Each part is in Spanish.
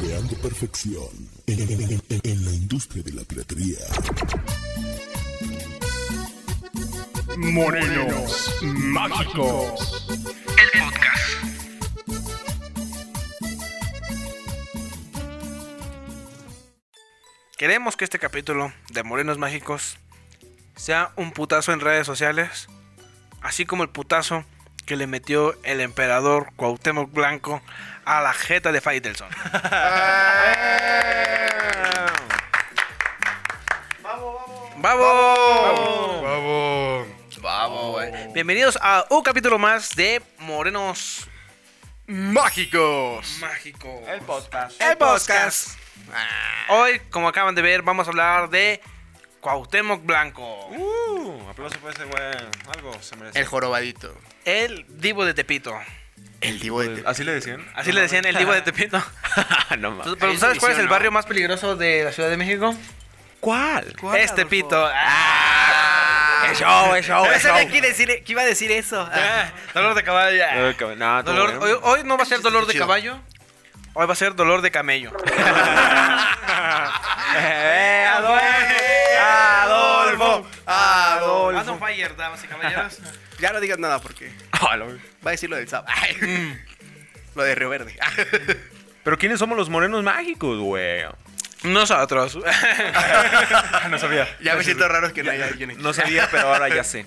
Creando perfección en, en- en- en- en la industria de la piratería. Morenos Mágicos. Queremos que este capítulo de Morenos Mágicos sea un putazo en redes sociales, así como el putazo que le metió el emperador Cuauhtémoc Blanco a la jeta de Faitelson. ¡Vamos, vamos! ¡Vamos! Bravo. Vamos, güey. Bienvenidos a un capítulo más de Morenos Mágicos. Mágicos. El podcast. El podcast. Ah. Hoy, como acaban de ver, vamos a hablar de Cuauhtémoc Blanco. Uh, aplauso por ese güey. Algo se merece. El jorobadito. El divo de Tepito. El divo de... ¿Así le decían? Así le decían el divo de Tepito. no mames. Pero ¿tú ¿sabes cuál es el barrio más peligroso de la Ciudad de México? ¿Cuál? Es Tepito. Ah. Es show, es show, Pero es ese show. de aquí- iba a decir eso. Ah, Dolor de caballo. ah. No, todo Dolor- bueno. hoy, hoy no va a ser dolor de Chido. caballo. Hoy va a ser dolor de camello. Eh, Eh, Adolfo. Adolfo. Ando Ah, fire, damas y caballeros. Ya no digas nada porque Ah, la- va a decir lo del sábado. Lo de Río Verde. Ah, Pero ¿quiénes somos los morenos mágicos, güey? Nosotros. Ah, no sabía. Ya me siento raro que no haya alguien aquí. No sabía, pero ahora ya sé.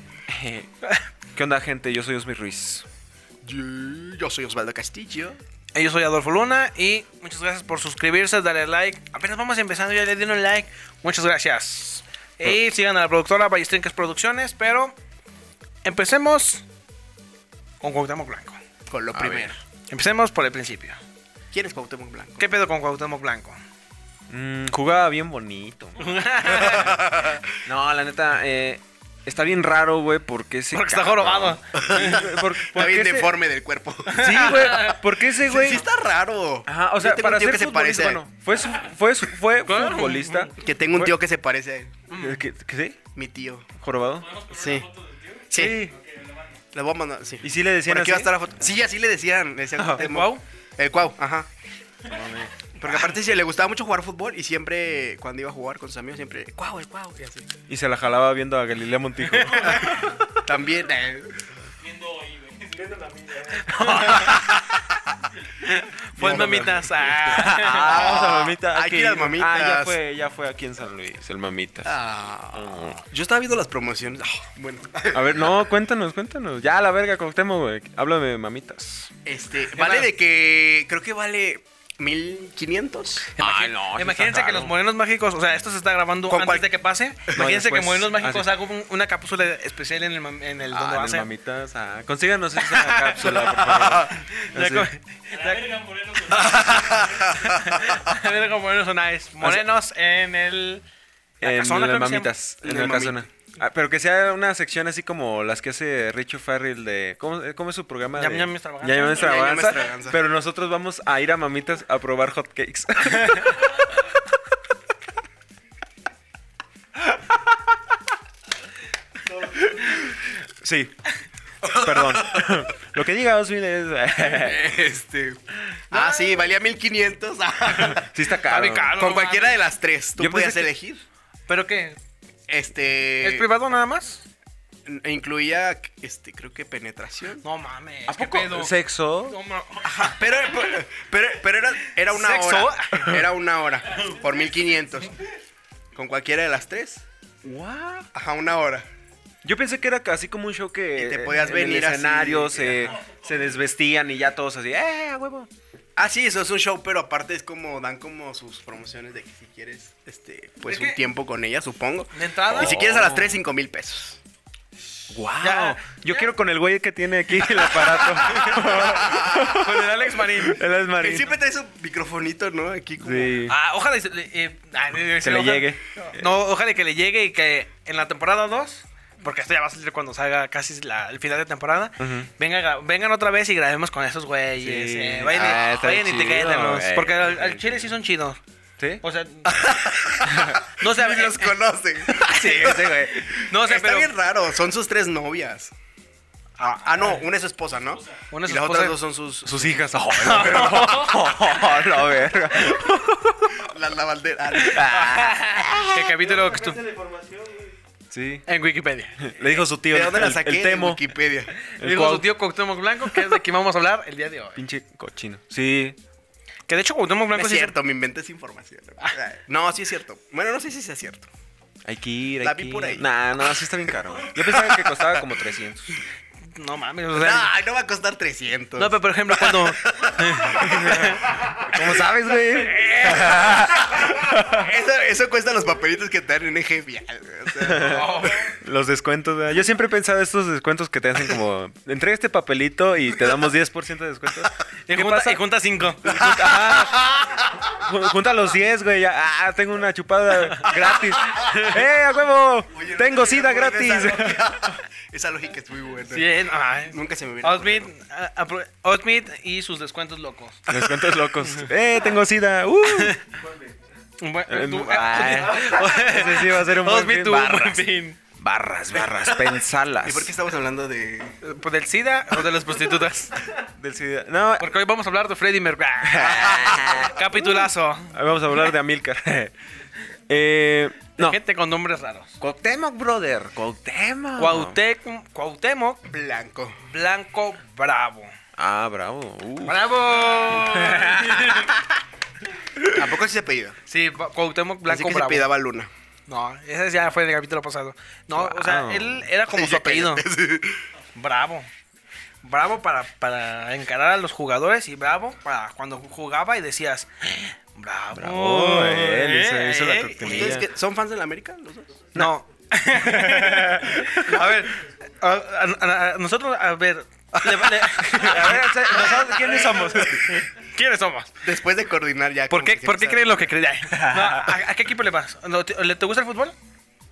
¿Qué onda, gente? Yo soy Osmi Ruiz. Yo- Yo soy Osvaldo Castillo. Yo soy Adolfo Luna y muchas gracias por suscribirse, darle like. Apenas vamos empezando, ya le dieron un like. Muchas gracias. Y sigan a la productora Ballestrinques Producciones, pero empecemos con Cuauhtémoc Blanco. Con lo primero. Empecemos por el principio. ¿Quién es Cuauhtémoc Blanco? ¿Qué pedo con Cuauhtémoc Blanco? Mm, jugaba bien bonito. No, la neta, eh, está bien raro, güey, porque ese. Porque está cabrón- jorobado. Por- por- Está bien ese- deforme del cuerpo. Sí, güey. Porque ese, güey. Sí, sí está raro. Ajá, o sea, Yo tengo para un tío ser que se futbolista, parece a él. bueno, fue, su- fue, su- fue futbolista. Que tengo un tío que se parece a él. ¿Qué, qué, sí? Mi tío. ¿Jorobado? Sí. Sí. Le voy a mandar, sí. ¿Y sí le decían Por aquí va a así? estar la foto. Sí, así le decían. le decían Ajá. Cuauhtémoc. ¿El Cuau? El Cuau, ajá. Porque aparte sí, le gustaba mucho jugar fútbol y siempre, cuando iba a jugar con sus amigos, siempre, Cuau, el Cuau, y así. Y se la jalaba viendo a Galilea Montijo. También, eh, Fue el No, mamitas. ah. Ah, vamos a mamita. Hay que ir al Mamitas. Ah, ya fue, ya fue aquí en San Luis, el mamita. ah, yo estaba viendo las promociones. Ah, bueno, A ver, no, cuéntanos, cuéntanos. Ya, la verga, Cuauhtémoc, güey. Háblame de mamitas. este, vale de que, creo que vale 1500. Ah, Ay, Ah, no. Imagínense que los morenos mágicos, o sea, esto se está grabando ¿Con antes cuál? de que pase. Imagínense que después. Morenos Mágicos Ah, haga un- una cápsula especial en el, mam- en el donde va Ah, a las ser. mamitas. Ah, consíganos esa cápsula, por favor. Así. A ver cómo morenos son nice. Morenos en el. la En casona, las creo que se mamitas. En En el la mami- casona. Ah, pero que sea una sección así como las que hace Richo Farrell de. ¿Cómo, eh, cómo es su programa? Yam de- Yam Extravaganza. Yam Yam Yam Yam Extravaganza, Extravaganza. Pero nosotros vamos a ir a mamitas a probar hotcakes. sí. Perdón. Lo que diga Oswin es. Este, ah, sí, valía 1500. ah. sí, está Está caro. bien caro, con no cualquiera mames. de las tres, tú Yo podías pensé que- elegir. ¿Pero qué? Este, ¿Es Eh, privado nada más? incluía, este, creo que penetración. No mames. ¿A ¿Qué poco? pedo? ¿Sexo? No ma- Pero, pero, pero era, era una ¿Sexo? hora. Era una hora. Por 1500. Con cualquiera de las tres. ¿What? Ajá, una hora. Yo pensé que era así como un show que Y te podías en venir el así, escenario se, ajá. se desvestían y ya todos así, ¡eh, a huevo! Ah, sí, eso es un show, pero aparte es como dan como sus promociones de que si quieres, este, pues Es un que- tiempo con ella, supongo. De entrada. Y si quieres a las tres, cinco mil pesos. ¡Wow! Ya, Yo ya. quiero con el güey que tiene aquí el aparato. Con el Alex Marín. Él es Que Marín. siempre traes un microfonito, ¿no? Aquí como. Sí. Ah, ojalá. y se- le- eh, ah, eh, Que le ojalá- llegue. No, ojalá que le llegue y que en la temporada 2. Porque esto ya va a salir cuando salga casi la- el final de temporada. Ujú. venga, gra- vengan otra vez y grabemos con esos güeyes. Sí. eh, vayan y- Ah, está vayan y te chido, güey. Porque al- al chile sí son chidos. ¿Sí? O sea, no sé, Ni eh, los conoce. Sí, ese güey. no sé, Está pero bien raro, son sus tres novias. Ah, ah, no, una es su esposa, ¿no? Una es y su las esposa. otras dos son sus, Sus hijas. Oh, la verga. Oh, la verga. las Ah, lavanderas. ¿Qué capítulo que estuvo? Sí. En Wikipedia. Le dijo su tío. ¿De dónde la el- saqué? El De temo. Wikipedia. El Digo su cuau- tío Cuauhtémoc Blanco, que es de quien vamos a hablar el día de hoy. Pinche cochino. Sí. Que de hecho Cuauhtémoc No Blanco es sí se- cierto, me inventé esa información. Ah. No, sí es cierto. Bueno, no sé si sea cierto. Hay que ir, hay La que vi ir. por ahí. Nah, no, sí está bien caro. Yo pensaba que costaba como 300. No mames, o No, sea. ay, no va a costar 300. No, pero por ejemplo, cuando. ¿Cómo sabes, güey? eso, eso cuesta los papelitos que te dan en eje vial. güey, o sea, Los descuentos, ¿verdad? Yo siempre he pensado estos descuentos que te hacen como... Entrega este papelito y te damos 10% de descuento. Y ¿Qué junta, pasa? y junta cinco. Ah, ju- junta los 10, güey. ya. Ah, tengo una chupada gratis. ¡Eh, a huevo! oye, no tengo sé si sida me acuerdo de gratis. esa lógica. Esa lógica es muy buena. Bien, eh, ay. Nunca se me hubiera Outmit, ah, apro- Outmit y sus descuentos locos. Descuentos locos. ¡Eh, tengo sida! ¡Uh! Un buen- Eh, du- ah, ese sí va a ser un buen Outmit, fin. tu buen Barras. fin. Barras, barras, pensalas. ¿Y por qué estamos hablando de.? ¿Por ¿Pues ¿Del SIDA o de las prostitutas? Del SIDA. No, hoy Porque hoy vamos a hablar de Freddy Mercury. Capitulazo. vamos a hablar de Amilcar. eh, no. Ah, Gente con nombres raros. Cuauhtémoc, brother. Cuauhtémoc. Cuauhtémoc, Cuauhtémoc Blanco. Blanco Bravo. Ah, bravo. Uh. ¡Bravo! Tampoco es ese apellido. Sí, Ba- Cuauhtémoc Así Blanco que se Bravo. pidaba Luna. No, ese ya fue del capítulo pasado. No, o sea, Wow. él era como su apellido. Bravo. Bravo para, para encarar a los jugadores y bravo para cuando jugaba y decías, bravo. Bravo, él hizo- eh, hizo la eh". cortina. ¿Ustedes qué- son fans de la América? Los dos. No. a ver, a, a- a- nosotros, a ver, le- le- a ver, nosotros, ¿quiénes somos? ¿Quiénes somos? Después de coordinar ya. ¿Por como qué, que se ¿por qué empezaron- creen lo que creen? Ay, no, ¿a, a qué equipo le vas? ¿No te- ¿Le, ¿Te gusta el fútbol?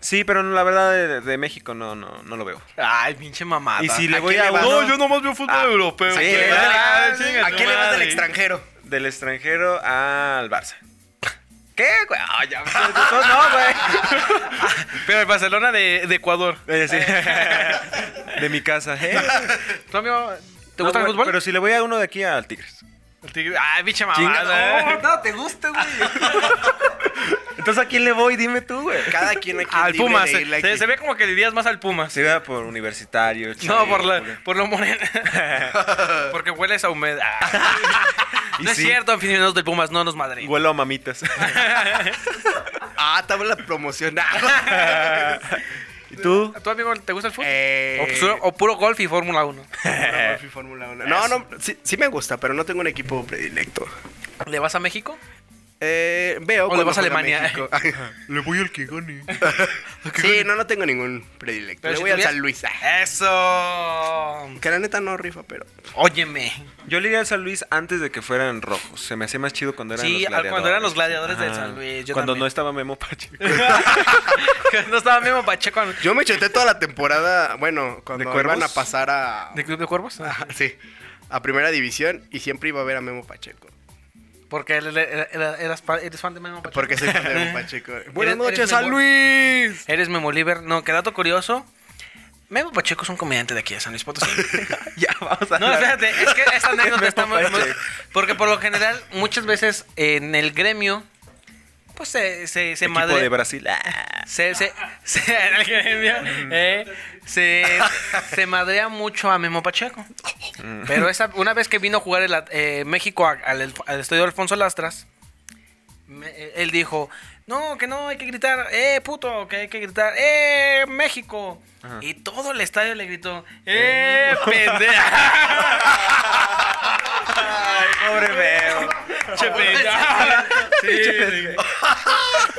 Sí, pero no, la verdad de, de México no, no, no lo veo. Ay, pinche mamada. Y si le ¿a voy quién a le vas? uno No, nomás veo fútbol Ah, europeo. sí, ¿A quién le ¿verdad? vas Ah, del- chinga ¿A tu quién le vas del madre. extranjero? del extranjero al Barça. ¿Qué, güey? Ay, ya, no, güey. Pero el Barcelona de, de Ecuador. Eh, sí. De mi casa, ¿eh? ¿Tú, amigo, te No, gusta el güey, fútbol? Ah, Pero si le voy a uno de aquí al Tigres. El Tigre- Ay, pinche Chinga- mamada. Oh, no, te gusta, güey. Entonces, ¿a quién le voy? Dime tú, güey. Cada quien aquí. Al libre Pumas. eh. de irle Se, aquí. se ve como que dirías más al Pumas. Se iba por universitario. No, chale, por, la, culero. por lo moreno. Porque hueles a humedad. Y no es sí. cierto, aficionados del Pumas, no nos madre. Huelo a mamitas. Ah, estaba en la promoción. ¿Y tú? ¿A tu amigo te gusta el fútbol? Eh, O, puro- o puro golf y Fórmula 1. Fórmula Fórmula Uno. No, no, sí, sí me gusta, pero no tengo un equipo predilecto. ¿Le vas a México? Eh, O veo. cuando le vas a juega Alemania. México. Le voy al que gane. sí, no, no tengo ningún predilecto. Pero le si voy al tuvieras- Eh. San Luis. ah. ¡Eso! Que la neta no rifa, pero. Óyeme. Yo le iría al San Luis antes de que fueran rojos. Se me hacía más chido cuando eran Sí, al- los gladiadores. cuando eran los gladiadores del San Luis, yo cuando también. no estaba Memo Pacheco. no estaba mismo Pacheco en- Yo me chuté toda la temporada, bueno, ¿De cuando Cuervos? iban a pasar a. de Club de Cuervos. Sí, a primera división y siempre iba a ver a Memo Pacheco. Porque él- él- él- él- eras, pa- eres fan de Memo Pacheco. Porque soy fan de Memo Pacheco. Buenas eres noches, Memo- San Luis. Eres Memo Oliver. No, que dato curioso. Memo Pacheco es un comediante de aquí de San Luis Potosí. ya, vamos a No, hablar. espérate, es que esta anécdota Memo está muy, muy- Pacheco. Porque por lo general, muchas veces en el gremio, pues se, se, se Equipo madre. de Brasil. Ah. se, se, se, en el gremio, eh, se, se madrea mucho a Memo Pacheco. Pero esa, una vez que vino a jugar el, at- eh, México a- al, al estadio Alfonso Lastras, me- eh, él dijo, no, que no, hay que gritar, eh, puto, que hay que gritar, eh, México. Y todo el estadio le gritó, eh, pendeja. Ay, pobre Memo. Che, pendeja. Sí.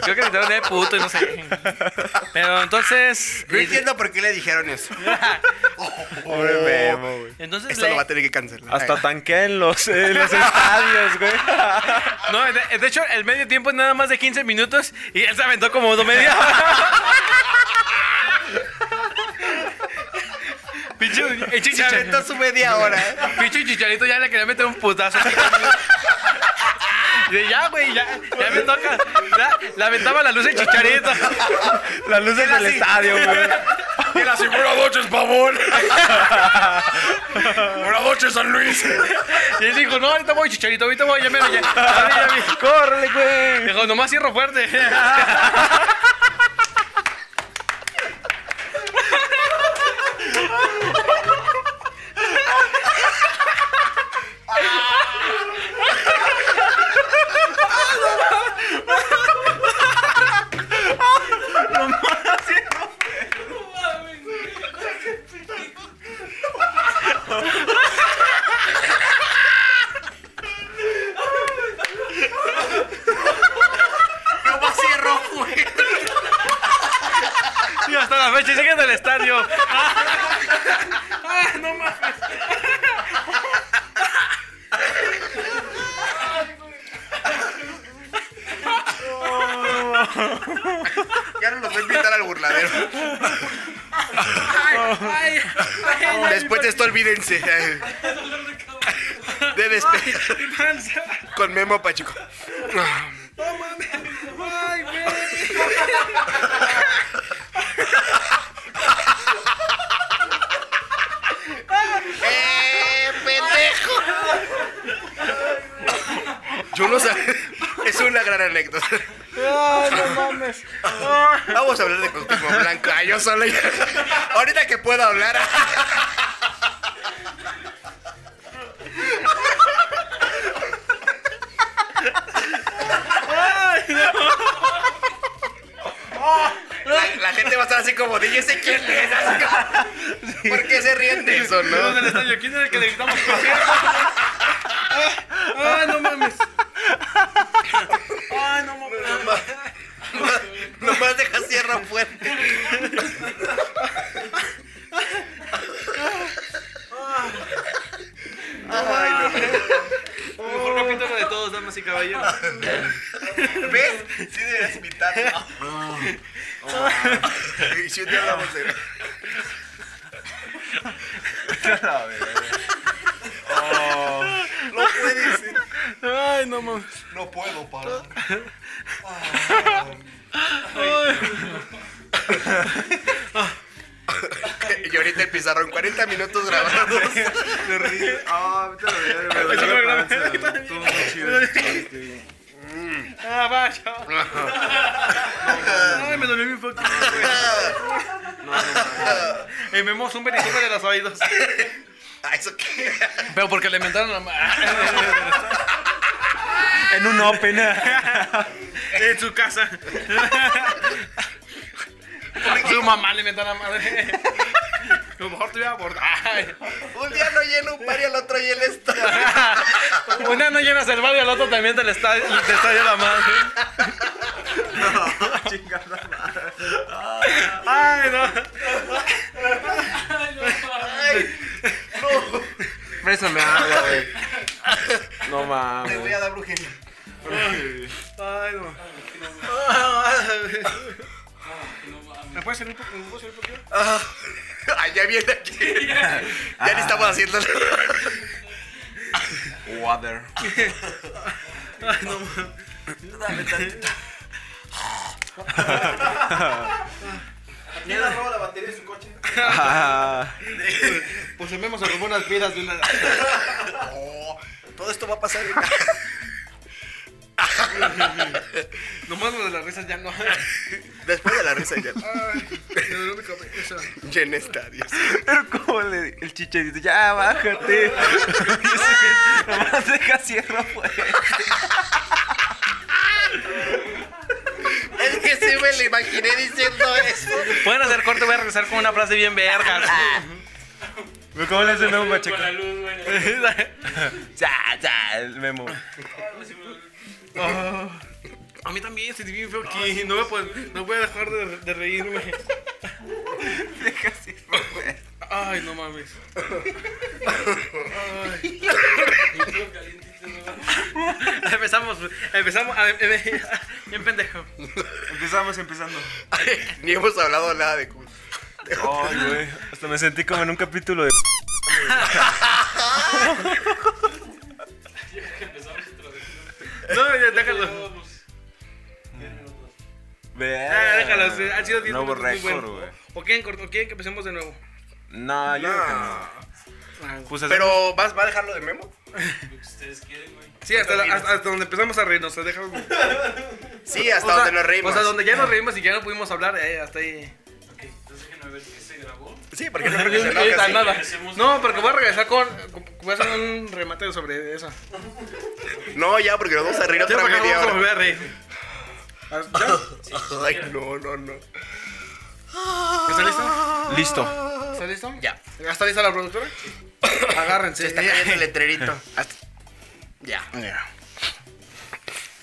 Creo que gritaron de puto y no sé. Pero entonces. eh, No entiendo por qué le dijeron eso. Pobre Memo, güey. Oh. Entonces Esto le- lo va a tener que cancelar. Hasta tanquea en los, en los estadios, güey. No, de, de hecho, el medio tiempo es nada más de 15 minutos y él se aventó como dos media. Pinche el Se aventó chicharito. su media hora. ¿eh? Pinche chicharito ya le quería meter un putazo. Y de, ya, güey, ya, ya me toca. Ya, le aventaba la luz el chicharito. Las luces del así. estadio, güey. Y él así, buenas noches, pavón. buenas noches, San Luis. Y él dijo, no, ahorita voy, chicharito, ahorita voy, ya me ya, ya, ya, ya, ya. ¡Córrele, güey! Dijo, nomás cierro fuerte. No más cierro fuerte. Y hasta la fecha siguen del estadio. Ah, ah, no mames. Ya no los voy a invitar al burladero. Ay, ay, ay, Después de esto, olvídense. De despe- mi panza. Con Memo Pachuco. No mames. Ay, güey. ¡Eh, pendejo! Yo no sabía. Es una gran anécdota. Ay, no mames. Vamos a hablar de Cuauhtémoc Blanco. Ay, yo solo. Ahorita que pueda hablar. La, la gente va a estar así como, DJ, ¿ese quién es? Así como, ¿Por qué se ríen de eso, Pero en no? el estadio, ¿Quién es el que le gritamos concierto? Ah, ay, no mames. Ay, no mames. Nomás, nomás deja sierra fuerte. Mejor capítulo de todos, damas y caballeros. ¿Ves? Sí deberías invitarlo. Y si un día hablamos de... No puede ser. Ay, no mames. No puedo parar. Y ahorita el pizarrón, 40 minutos grabados. Me río. Ah, vete a la verga, me Eso dolió lo la grabé, panza. yo también. Estuvo muy chido el chiste. Ah, vaya. Ay, me dolió mi fucking güey. Eh, me memo zumba y zumba de los oídos. Ah, ¿Eso qué? Pero porque le mentaron la En un open. En su casa. Su mamá le mentó a la madre. A lo mejor te iba a abordar. Un día no llena un par y al otro llena esto. Una no llenas el barrio, al otro también te le está, te está ya la madre. Chingada madre. Ay, no. Présame agua, güey. No Te voy mames. a dar brujería. Ay, no. ¿Me puedes servir un poco? Ah, ya viene aquí. Ya Ah. ni estamos haciendo. Water. ¿Quién le roba la batería de su coche? Ah, Pues el memo se robó unas piedras de una. Oh, todo esto va a pasar. Nomás lo de las risas ya no. Después de la risa ya. Llena estadios. pero como le, el chicharito, ya bájate. Nomás deja cierro, güey. Es que sí me lo imaginé diciendo eso. Pueden hacer corte, voy a regresar con una frase bien verga. ¿Cómo le hacen a un machaco? Con la luz, güey. Ya, ya, el memo. A mí también se bien feo aquí. No, me puedo, no voy a dejar de, de reírme. Deja cierro, güey. Ay, no mames. Ay. empezamos, empezamos. A, eh, bien pendejo. Empezamos empezando. Ni hemos hablado nada de Kun. Ay, güey. Hasta me sentí como en un capítulo de. No, ya, déjalo. Ver- Ah, déjalo, sí, han sido diez Nuevo minutos muy récord, buenos. güey. ¿O quieren, cort- o quieren que empecemos de nuevo? No, yo creo que no. Ah, Pues hacemos- Pero, ¿vas, ¿va a dejarlo de memo? Sí, hasta, la- hasta- hasta donde empezamos a reírnos. Dejamos, Sí, hasta o sea, donde nos reímos. O sea, donde ya nos reímos y ya no pudimos hablar, eh, hasta ahí. Sí, porque no Porque se no, enoja, sí. nada. no, porque voy a regresar con. con- Voy a hacer un remate sobre eso. No, ya, porque nos vamos a reír Ya otra para acá vamos media a hora. volver a reír. Ay, no, no, no. ¿Está listo? Listo. ¿Está listo? Ya. ¿Ya está lista la productora? Agárrense. Se está cayendo el letrerito. Ya.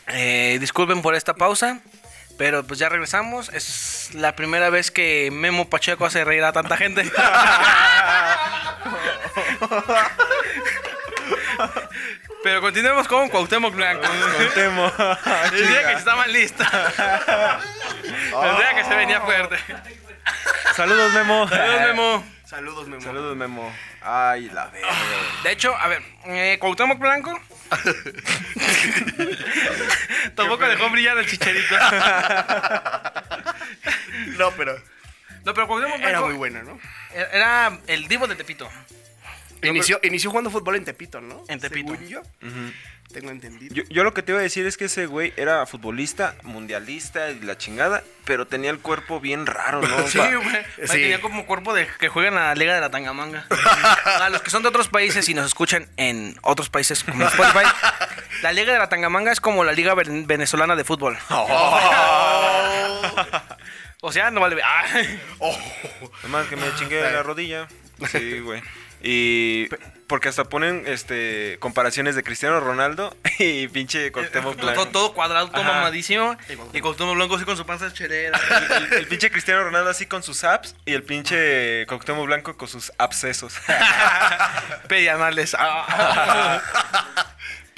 Eh, disculpen por esta pausa, pero pues ya regresamos. Es la primera vez que Memo Pacheco hace reír a tanta gente. pero continuemos con Cuauhtémoc Blanco. Temo. El día que estaba lista. El día que se venía fuerte. Saludos, Memo. Adiós, Memo. Saludos, memo. Saludos, Memo. Ay, la verga. güey. De hecho, a ver, eh, Cuauhtémoc Blanco. Tampoco dejó brillar el chicharito. No, pero No, pero Cuauhtémoc Blanco era muy buena, ¿no? Era el divo de Tepito. Inició, inició jugando fútbol en Tepito, ¿no? En Tepito. Según yo, Ujú. tengo entendido. Yo, yo lo que te iba a decir es que ese güey era futbolista, mundialista y la chingada, pero tenía el cuerpo bien raro, ¿no? Sí, Pa- güey. Güey, Sí. Tenía como cuerpo de que juegan a la Liga de la Tangamanga. a los que son de otros países y nos escuchan en otros países como Spotify, la Liga de la Tangamanga es como la Liga Ven- Venezolana de Fútbol. Oh. o sea, no vale. Ah. Nomás que me chingué la rodilla. Sí, güey. Y porque hasta ponen este comparaciones de Cristiano Ronaldo y pinche Cuauhtémoc todo, Blanco. todo cuadrado, todo Ajá. mamadísimo. Y Cuauhtémoc Blanco así con su panza chelera. El, el pinche Cristiano Ronaldo así con sus abs y el pinche Cuauhtémoc Blanco con sus abscesos. Pedianales. Ah, ah,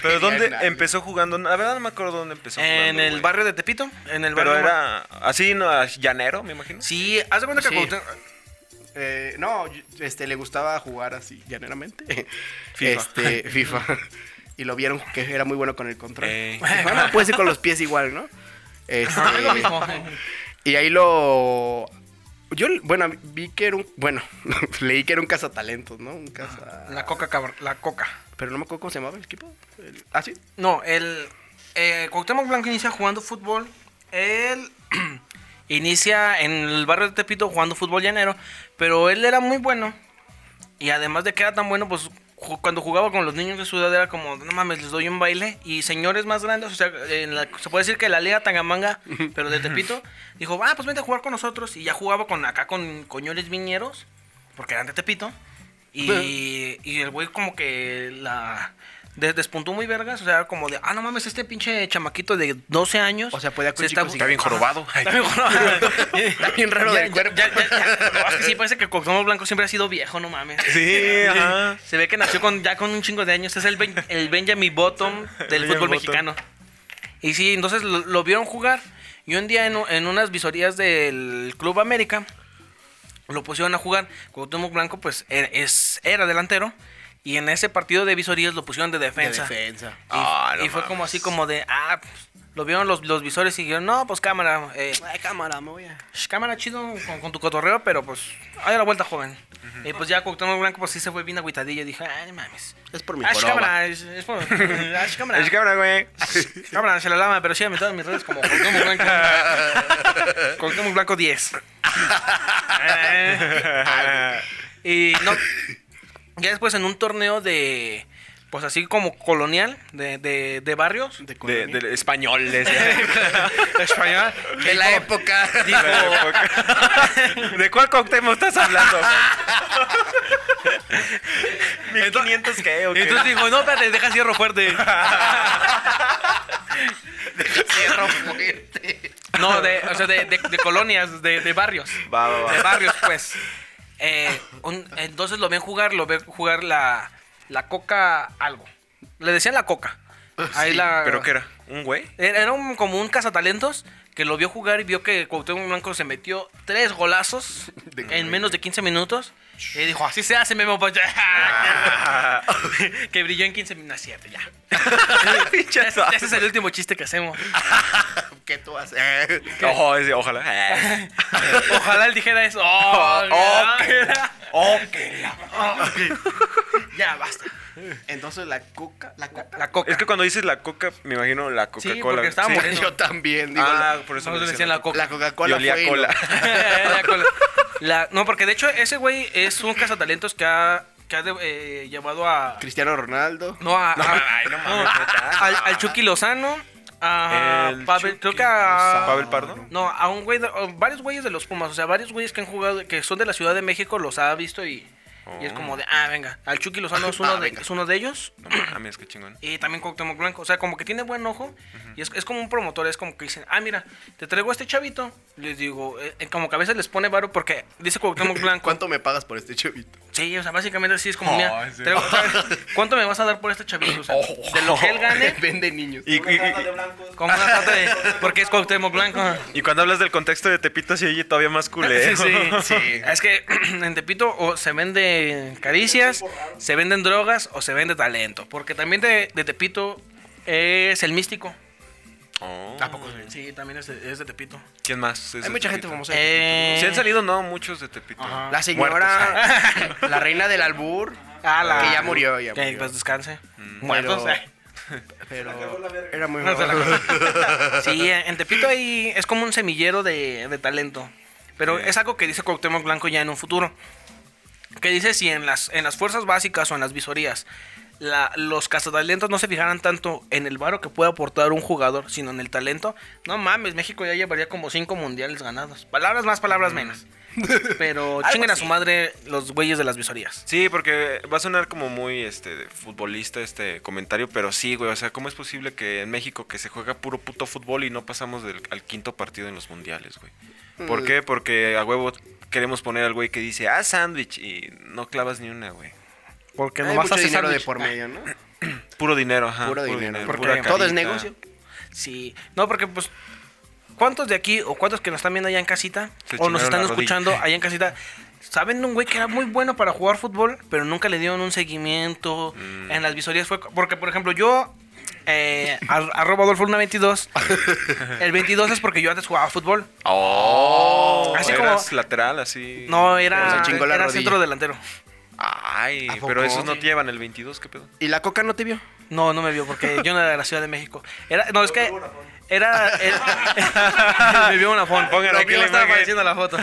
Pero ¿dónde Genial. empezó jugando? La verdad no me acuerdo dónde empezó en jugando, el güey. barrio de Tepito. En el Pero barrio. era así, ¿no? Llanero, me imagino. Sí, haz de cuenta que Sí. Cuauhtémoc- Eh, no, yo- este, le gustaba jugar así, llaneramente. FIFA. Este, FIFA. Y lo vieron que era muy bueno con el control. Ey. Bueno, puede ser con los pies igual, ¿no? Este, Es lo mismo. y ahí lo... Yo, bueno, vi que era un... Bueno, leí que era un cazatalentos, ¿no? Un caza... La coca, cabr- la coca. Pero no me acuerdo cómo se llamaba el equipo. El- Ah, sí. No, el eh, Cuauhtémoc Blanco inicia jugando fútbol. Él inicia en el barrio de Tepito jugando fútbol llanero, pero él era muy bueno. Y además de que era tan bueno, pues ju- cuando jugaba con los niños de su edad era como, no mames, les doy un baile. Y señores más grandes, o sea, en la- se puede decir que la liga Tangamanga, pero de Tepito, dijo, ah, pues vente a jugar con nosotros. Y ya jugaba con acá con coñoles viñeros, porque eran de Tepito. Y, y el güey como que la de- despuntó muy vergas, o sea, como de, ah, no mames, este pinche chamaquito de 12 años. O sea, podía con se chicos y- Está bien jorobado. Está bien jorobado. Está bien raro Ya, del ya, cuerpo. ya, ya, ya. No, es que sí, parece que Cuauhtémoc Blanco siempre ha sido viejo, no mames. Sí, Ah. ajá. Se ve que nació con, ya con un chingo de años. Es el, Ben- el Benjamin Bottom del Benjamin fútbol Bottom. mexicano. Y sí, entonces lo, lo vieron jugar. Y un día en, u- en unas visorías del Club América lo pusieron a jugar. Cuauhtémoc Blanco, pues, era, es, era delantero. Y en ese partido de visorías lo pusieron de defensa. defensa. Y, y fue como así como de, ah, pues, lo vieron los, los visores y dijeron, no, pues cámara, eh, Ay, cámara, me voy a... Sh, Pues, Cámara chido con, con tu cotorreo, pero pues, ahí a la vuelta, joven. Y pues ya Cuauhtémoc Blanco, pues sí se fue bien agüitadillo. Dije, ay, mames. Es por mi Ash joroba. cámara, es, es por. Ash cámara. Es que ahora, güey. cámara, se la lama, pero sí, a mitad de mis redes como Cuauhtémoc Blanco. Cuauhtémoc Blanco 10. Eh, y no. Ya después en un torneo de. Pues así como colonial, de, de, de barrios. De, De, colonia. del español, les- Español. De la época. Dijo, ¿De cuál Cuauhtémoc estás hablando? ¿1500 qué? ¿O qué? entonces dijo, no, espérate, deja cierro fuerte. Cierro fuerte. No, de, o sea, de, de- de colonias, de, de barrios. Va, va, va. De barrios, pues. Eh, un- entonces lo ven jugar, lo ven jugar la, la coca algo. Le decían la coca. Ahí la... ¿Pero qué era? ¿Un güey? Era era un- como un cazatalentos que lo vio jugar y vio que Cuauhtémoc Blanco se metió tres golazos en menos de 15 minutos. Y dijo, así se hace, Memo Ponce". Ah. Ah, que brilló en 15 minutos. No es cierto, ya. Ya ese- ese es el último chiste que hacemos. ¿Qué tú haces? Ojo, ese- Oh, ojalá. Eh. Ojalá él dijera eso. Oh, Oh, ya. Oh, Ya, basta. Entonces la coca, la coca. La coca. Es que cuando dices la coca, me imagino la Sí, Coca-Cola. porque estaba moreno. Yo también, digo. Ah, la- por eso me Nosotros decían decían la coca. la Y Coca-Cola olía fue. y cola. no- La cola. La- no, porque de hecho ese güey es un cazatalentos que ha, que ha de- eh, llevado a... Cristiano Ronaldo. No, a, a- Ay, no no, mames, neta. al, al Chucky Lozano, a El Ah, Pavel, Chucky creo que a... Lozano. Pavel Pardo. No, a un güey, de- a varios güeyes de los Pumas, o sea, varios güeyes que han jugado, que son de la Ciudad de México, los ha visto y, y es como de, ah, venga, al Chucky Lozano es uno, Ah, de, venga. es uno de ellos. No mames, qué chingón. Y también Cuauhtémoc Blanco. O sea, como que tiene buen ojo. Y es, es como un promotor. Es como que dicen, ah, mira, te traigo a este chavito. Les digo, eh, eh, como que a veces les pone varo porque dice Cuauhtémoc Blanco. ¿Cuánto me pagas por este chavito? Sí, o sea, básicamente así es como, Oh, mira, sí. traigo- o sea, ¿cuánto me vas a dar por este chavito? O sea, de lo que él gane, Vende niños. Y, y- Una tanda de y- blancos. como una trata de... Porque es Cuauhtémoc Blanco. y cuando hablas del contexto de Tepito, se oye todavía más culero. Sí. Es que en Tepito o se venden caricias, se venden drogas o se vende talento. Porque también de, de Tepito es el místico. Oh. Sí, también es de, es de Tepito. ¿Quién más? es Hay de mucha gente Tepito? famosa. Eh, Si han salido, no, muchos de Tepito. La señora, la reina del albur, Ah, la- que ya murió, ya Que murió. pues descanse. Muertos. Pero- eh. pero la verga. era muy No se la- mala. sí, eh, en Tepito ahí es como un semillero de, de talento. Pero es algo que dice Cuauhtémoc Blanco ya en un futuro. Que dice si en las, en las fuerzas básicas o en las visorías la- los cazatalentos no se fijaran tanto en el varo que puede aportar un jugador, sino en el talento. No mames, México ya llevaría como cinco mundiales ganados. Palabras más, palabras menos. Pero chinguen a su madre los güeyes de las visorías. Sí, porque va a sonar como muy este de futbolista este comentario, pero sí, güey, o sea, ¿cómo es posible que en México que se juega puro puto fútbol y no pasamos del, al quinto partido en los mundiales, güey? ¿Por Mm. qué? Porque a huevo queremos poner al güey que dice, "Ah, sándwich" y no clavas ni una, güey. Porque Hay nomás mucho hace dinero de sándwich. por medio, ¿no? Ah, Puro dinero, ajá. Puro dinero. Porque pura todo carita. es negocio. Sí, no, porque pues, ¿cuántos de aquí o cuántos que nos están viendo allá en casita Se o nos chingaron están la rodilla. escuchando allá en casita? Saben de un güey que era muy bueno para jugar fútbol, pero nunca le dieron un seguimiento. Mm. En las visorías fue. Porque, por ejemplo, yo. Eh, ar- arroba Adolfo 122. El 22 es porque yo antes jugaba fútbol. Oh, Así así como- eras lateral, así. No, eh. Pero era, se chingó la era rodilla. centro delantero. Ay, ¿A poco? pero esos no Sí. llevan el 22, ¿qué pedo? ¿Y la coca no te vio? No, no me vio porque yo no era de la Ciudad de México. Era, no, es que era... era- me vio una foto. Pongan Lo aquí vio, la estaba imagen. apareciendo la foto.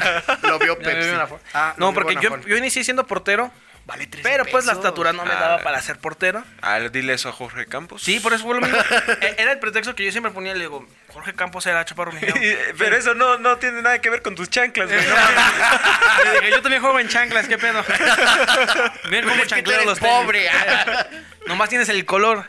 Lo vio Ya me Pepsi. vio una foto. Ah, no, lo vio porque yo, Bonafont. yo inicié siendo portero, Vale 13 pero pues la pesos. estatura no me Ah. daba para ser portero. Ah, dile eso a Jorge Campos. Sí, por eso fue lo mismo. E- Era el pretexto que yo siempre ponía, le digo, Jorge Campos era chaparro. Y Pero eso no, no tiene nada que ver con tus chanclas, güey. no Le dije, yo también juego en chanclas, qué pedo. Miren Pero cómo es que tú chancleo eres los tenis. pobre. Nomás tienes el color.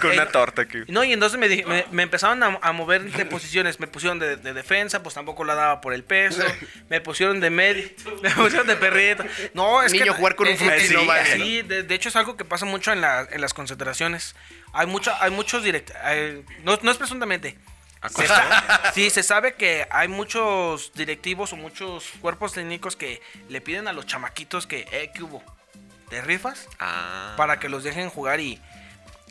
Con Eh, una torta aquí. No, y entonces me, di- me, me empezaron a, a mover de posiciones. Me pusieron de, de defensa, pues tampoco la daba por el peso. Me pusieron de medio. Me pusieron de perrito. No, es que. Niño, jugar con un eh, fútbol eh, no sí, vale. sí, de, de hecho es algo que pasa mucho en, la- en las concentraciones. Hay, mucho, hay muchos direct hay- no, no es presuntamente. Ah, Se sa- sí, se sabe que hay muchos directivos o muchos cuerpos técnicos que le piden a los chamaquitos que, eh, ¿qué hubo? ¿Te rifas? Ah. para que los dejen jugar y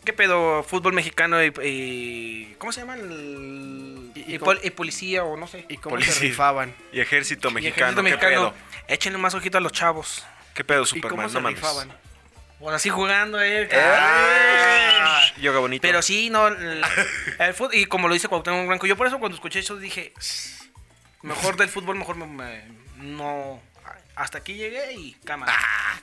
qué pedo fútbol mexicano y, y- cómo se llama el Y- y y cómo- pol- y policía o no sé ¿Y cómo Policía. se rifaban? Y ejército Y mexicano, ejército ¿qué mexicano, pedo? échenle más ojito a los chavos ¿Qué pedo, ¿Y cómo Superman? se No mames. rifaban? por así jugando eh Ah, Yoga bonito. pero sí no el, fútbol y como lo dice Cuauhtémoc Blanco yo por eso cuando escuché eso dije "Sss, mejor del fútbol mejor me- me- no hasta aquí llegué y cámara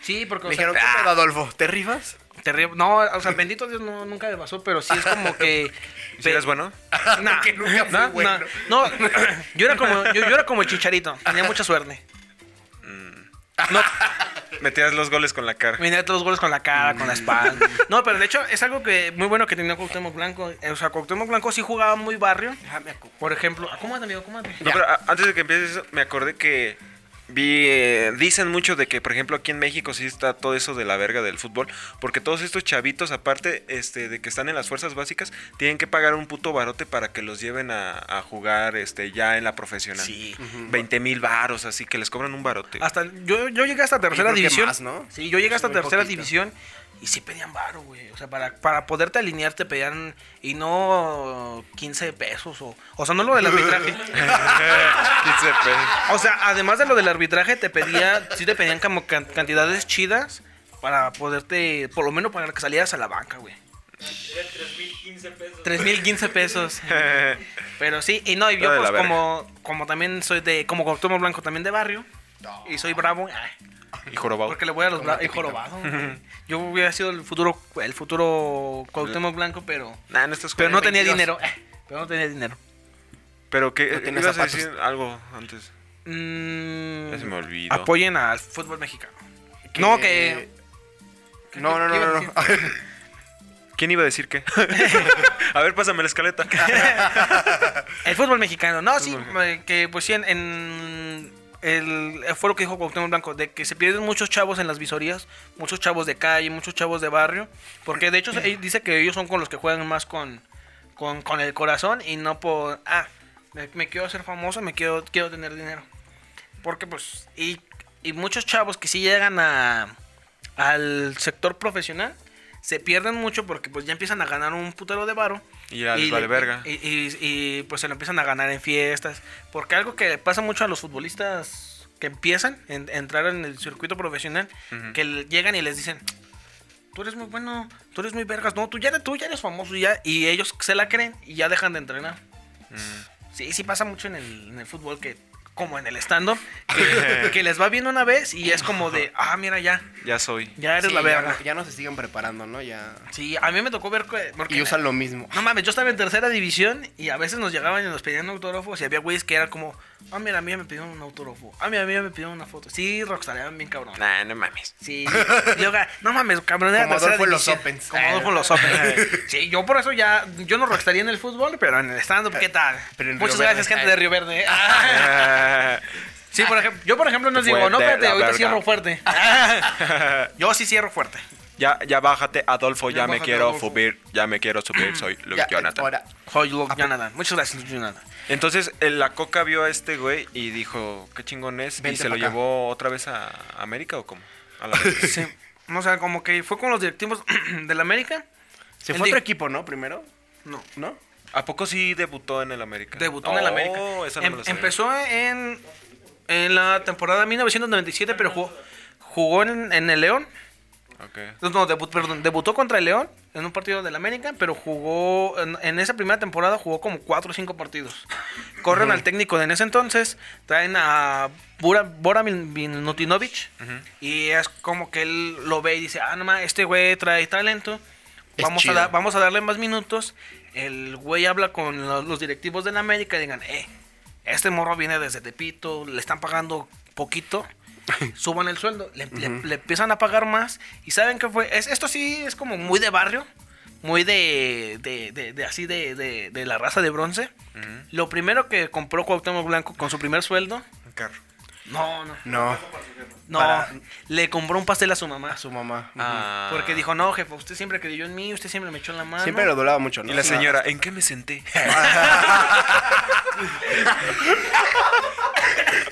sí porque Me o sea, dijeron, ¿qué pedo, Adolfo? ¿Te rifas? terrible no o sea bendito Dios no nunca me pasó pero sí es como que ¿Sí eres bueno? Nah, Que nunca fui nah, bueno. nah. No, yo era como yo, yo era como el chicharito, tenía mucha suerte. No, Metías los goles con la cara. venía todos los goles con la cara, Mm. con la espalda. No, pero de hecho es algo que muy bueno que tenía Cuauhtémoc Blanco. Eh, O sea, Cuauhtémoc Blanco sí jugaba muy barrio. Por ejemplo, ah, ¿cómo anda, amigo? ¿Cómo anda? No, pero a- antes de que empieces eso, me acordé que Vi, eh, dicen mucho de que, por ejemplo, aquí en México sí está todo eso de la verga del fútbol, porque todos estos chavitos, aparte este, de que están en las fuerzas básicas, tienen que pagar un puto barote para que los lleven a, a jugar este, ya en la profesional. Sí. 20 mil varos, así que les cobran un barote. Hasta, yo, yo llegué hasta tercera creo que división. más, ¿no? Sí, yo llegué hasta Muy tercera poquito. división y sí pedían varo, güey. O sea, para, para poderte alinear te pedían y no 15 pesos o... O sea, no lo del arbitraje. 15 pesos. O sea, además de lo del arbitraje, te pedía, sí te pedían como can- cantidades chidas para poderte, por lo menos para que salieras a la banca, güey. Era 3.015 pesos. 3.015 pesos. Pero sí, y no, y yo Todo de pues la verga. como, como también soy de, como Cuauhtémoc Blanco también de barrio, y soy bravo, ay, Y jorobado. porque le voy a los bravos, el jorobado. güey. Yo hubiera sido el futuro, el futuro Cuauhtémoc Blanco, pero, Nah, no estás pero no jugando. tenía dinero, 22. eh, pero no tenía dinero. Pero que No tenía ibas a zapatos. decir algo antes. Mm, Ya se me olvidó. apoyen al fútbol mexicano. No, que... No, no, no, no. no. ¿Quién iba a decir qué? a ver, pásame la escaleta. El fútbol mexicano, no, sí, Fútbol mexicano. eh, que pues sí, en, en el, eh, fue lo que dijo Cuauhtémoc Blanco, de que se pierden muchos chavos en las visorías, muchos chavos de calle, muchos chavos de barrio, porque de hecho él dice que ellos son con los que juegan más con, con, con el corazón y no por, ah, me, me quiero hacer famoso, me quiero, quiero tener dinero. Porque pues, y, y muchos chavos que sí llegan a, al sector profesional, se pierden mucho porque pues ya empiezan a ganar un putero de varo. Y ya les vale le- verga. Y, y- y, pues se lo empiezan a ganar en fiestas. Porque algo que pasa mucho a los futbolistas que empiezan en- a entrar en el circuito profesional, que le- llegan y les dicen, tú eres muy bueno, tú eres muy vergas, no, tú ya eres, tú ya eres famoso y ya, y ellos se la creen y ya dejan de entrenar. Sí, sí pasa mucho en el, en el fútbol que, como en el stand-up, que, que les va bien una vez y es como de, ah, mira ya, Ya soy. ya eres Sí, la ya verga. no- Ya no se siguen preparando, ¿no? Ya. Sí, a mí me tocó ver... que- porque- Y usan lo mismo. no mames, yo estaba en tercera división y a veces nos llegaban y nos pedían autógrafos y había güeyes que era como, ah, mira, a mí ya me pidieron un autógrafo, ah, mira, a mí ya me pidieron una foto. Sí, rockstareaban bien cabrón. Nah, no mames. Sí, yo, ga- no mames, cabrón, era Como tercera Adolfo en los división. Opens. Como Adolfo en los Opens. Sí, yo por eso ya, yo no rockstaría en el fútbol, pero en el stand-up, ¿qué tal? Eh, Pero en Muchas Río gracias, Verde. gente de Río Verde. Ah. Sí, por ejemplo, yo por ejemplo no les digo, no, Fuerte, espérate, la ahorita verga. cierro fuerte. Ah. Yo sí cierro fuerte. ya, ya bájate, Adolfo, ya, Ya me bájate, quiero Adolfo. subir, ya me quiero subir, soy Luke Ya, Jonathan. Ahora, Soy Luke Jonathan. Muchas gracias, Luke Jonathan. Entonces el- la coca vio a este güey y dijo, qué chingón es, y Vente se lo pa' acá. llevó otra vez a América o cómo? A la vez. Sí. No, o sea, como que fue con los directivos del América. se El fue di- otro equipo, ¿no? Primero, No. ¿no? ¿A poco sí debutó en el América? Debutó en el Oh, América. esa no me Em- la sabía. empezó en, en la temporada 1997, pero jugó, jugó en, en el León. Ok. No, no, debu- perdón, debutó contra el León en un partido del América, pero jugó en, en esa primera temporada jugó como 4 o 5 partidos. Corren al técnico de en ese entonces, traen a Bura, Bora Min- Minutinovic y es como que él lo ve y dice, "Ah, no ma, este güey trae talento. Es Vamos a, chido. dar- vamos a darle más minutos." El güey habla con lo- los directivos del América y digan, "Eh, este morro viene desde Tepito, le están pagando poquito." suban el sueldo, le, le- le empiezan a pagar más y saben que fue, es, esto sí es como muy de barrio, muy de, de, de- de así de, de- de la raza de bronce. Lo primero que compró Cuauhtémoc Blanco con su primer sueldo, Un carro. no, no, No, no, Para- le compró un pastel a su mamá. a su mamá. Ah. Porque dijo, no, jefe, usted siempre creyó en mí, usted siempre me echó la mano. Siempre lo doblaba mucho, ¿no? Y la señora, ¿en qué me senté?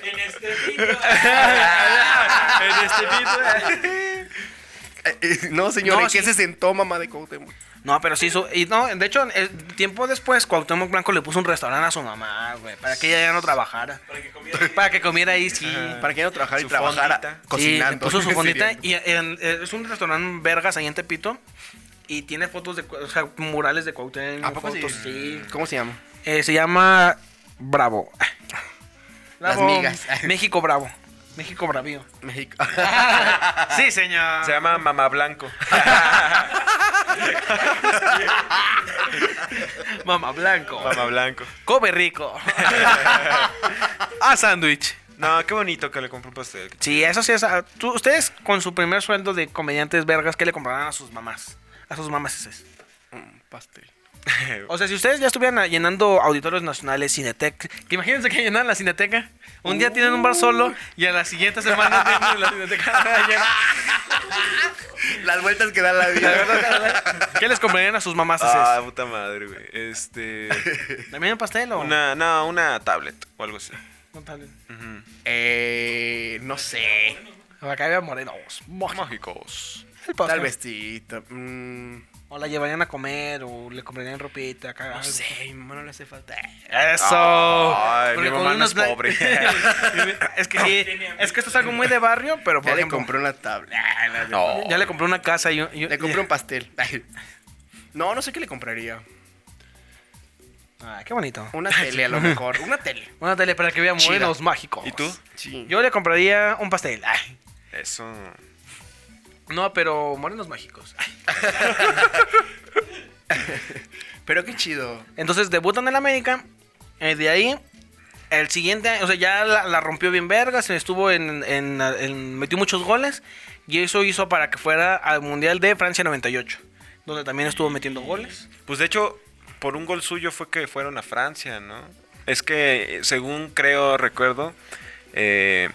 En este video. en este Eh, eh, no, señora, No, ¿en qué sí. se sentó mamá de Cuauhtémoc? No, pero sí, su- y no, de hecho, el tiempo después, Cuauhtémoc Blanco le puso un restaurante a su mamá, güey, para que ella ya no trabajara. Para que comiera, ahí, sí. Para que no trabajara y Su trabajara fondita. cocinando. Ah. Sí, puso su fondita Sería- y en- eh, es un restaurante vergas ahí en Tepito y tiene fotos de, cu- o sea, murales de Cuauhtémoc. ¿A poco sí? fotos, sí. ¿Cómo se llama? Eh, se llama Bravo. Las Bravo, migas. México Bravo. México Bravío. México. sí, señor. Se llama Mamá Blanco. Ah. Mamá Blanco. Mamá Blanco. Come rico. A sándwich. No, qué bonito que le compró un pastel. Sí, eso sí es. ah, tú- ustedes con su primer sueldo de comediantes vergas, ¿qué le comprarán a sus mamás? A sus mamás Pastel. O sea, si ustedes ya estuvieran llenando auditorios nacionales, Cinetec, que imagínense que llenan la Cineteca. Un día tienen un bar solo y a la siguiente semana tienen la Cineteca llena. Las vueltas que da la vida. ¿Qué les convendrían a sus mamás Ah, hacer? puta madre, güey. Este. ¿También un pastel o Una, no, una tablet o algo así. no? tal vez. eh, no sé. Acá había morenos. Mágicos. El pastel. Tal vestito. mm, O la llevarían a comer o le comprarían ropita. Acá, no sé, mi mamá no le hace falta. Eso. Ay, Porque mi con mamá no unos es bla- pobre. es que sí, es que esto es algo muy de barrio, pero por Ya le ejemplo, compré una tabla. Ah, la- No. ya le compré una casa y, un- y un- Le compré un pastel. Ay. No, no sé qué le compraría. Ah, qué bonito. Una tele a lo mejor. Una tele. Una tele para que vea Chida. morenos mágicos. ¿Y tú? Sí. Yo le compraría un pastel. Ay, Eso. No, pero morenos mágicos. Ay. Pero qué chido. Entonces debutan en la América. eh, de ahí, el siguiente, o sea, ya la, la rompió bien verga. Se estuvo en, en- en- Metió muchos goles. Y eso hizo para que fuera al Mundial de Francia 98. Donde también estuvo metiendo goles. Pues de hecho, por un gol suyo fue que fueron a Francia, ¿no? Es que, eh, según creo, recuerdo, eh,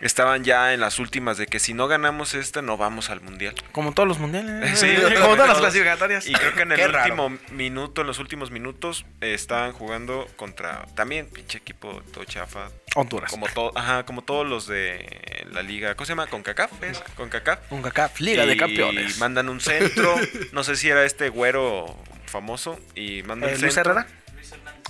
estaban ya en las últimas de que si no ganamos esta, no vamos al mundial. Como todos los mundiales. Sí, como todas las todos. clasificatorias. Y creo que en Qué el raro. último minuto, en los últimos minutos, eh, estaban jugando contra también pinche equipo todo chafa. Honduras. Como, todo, ajá, como todos los de la liga, ¿cómo se llama? ¿Concacaf? ¿Es? ¿Concacaf? Un CACAF, Liga de Y Campeones. mandan un centro, no sé si era este güero famoso, y manda Eh, el Luis centro. Herrera.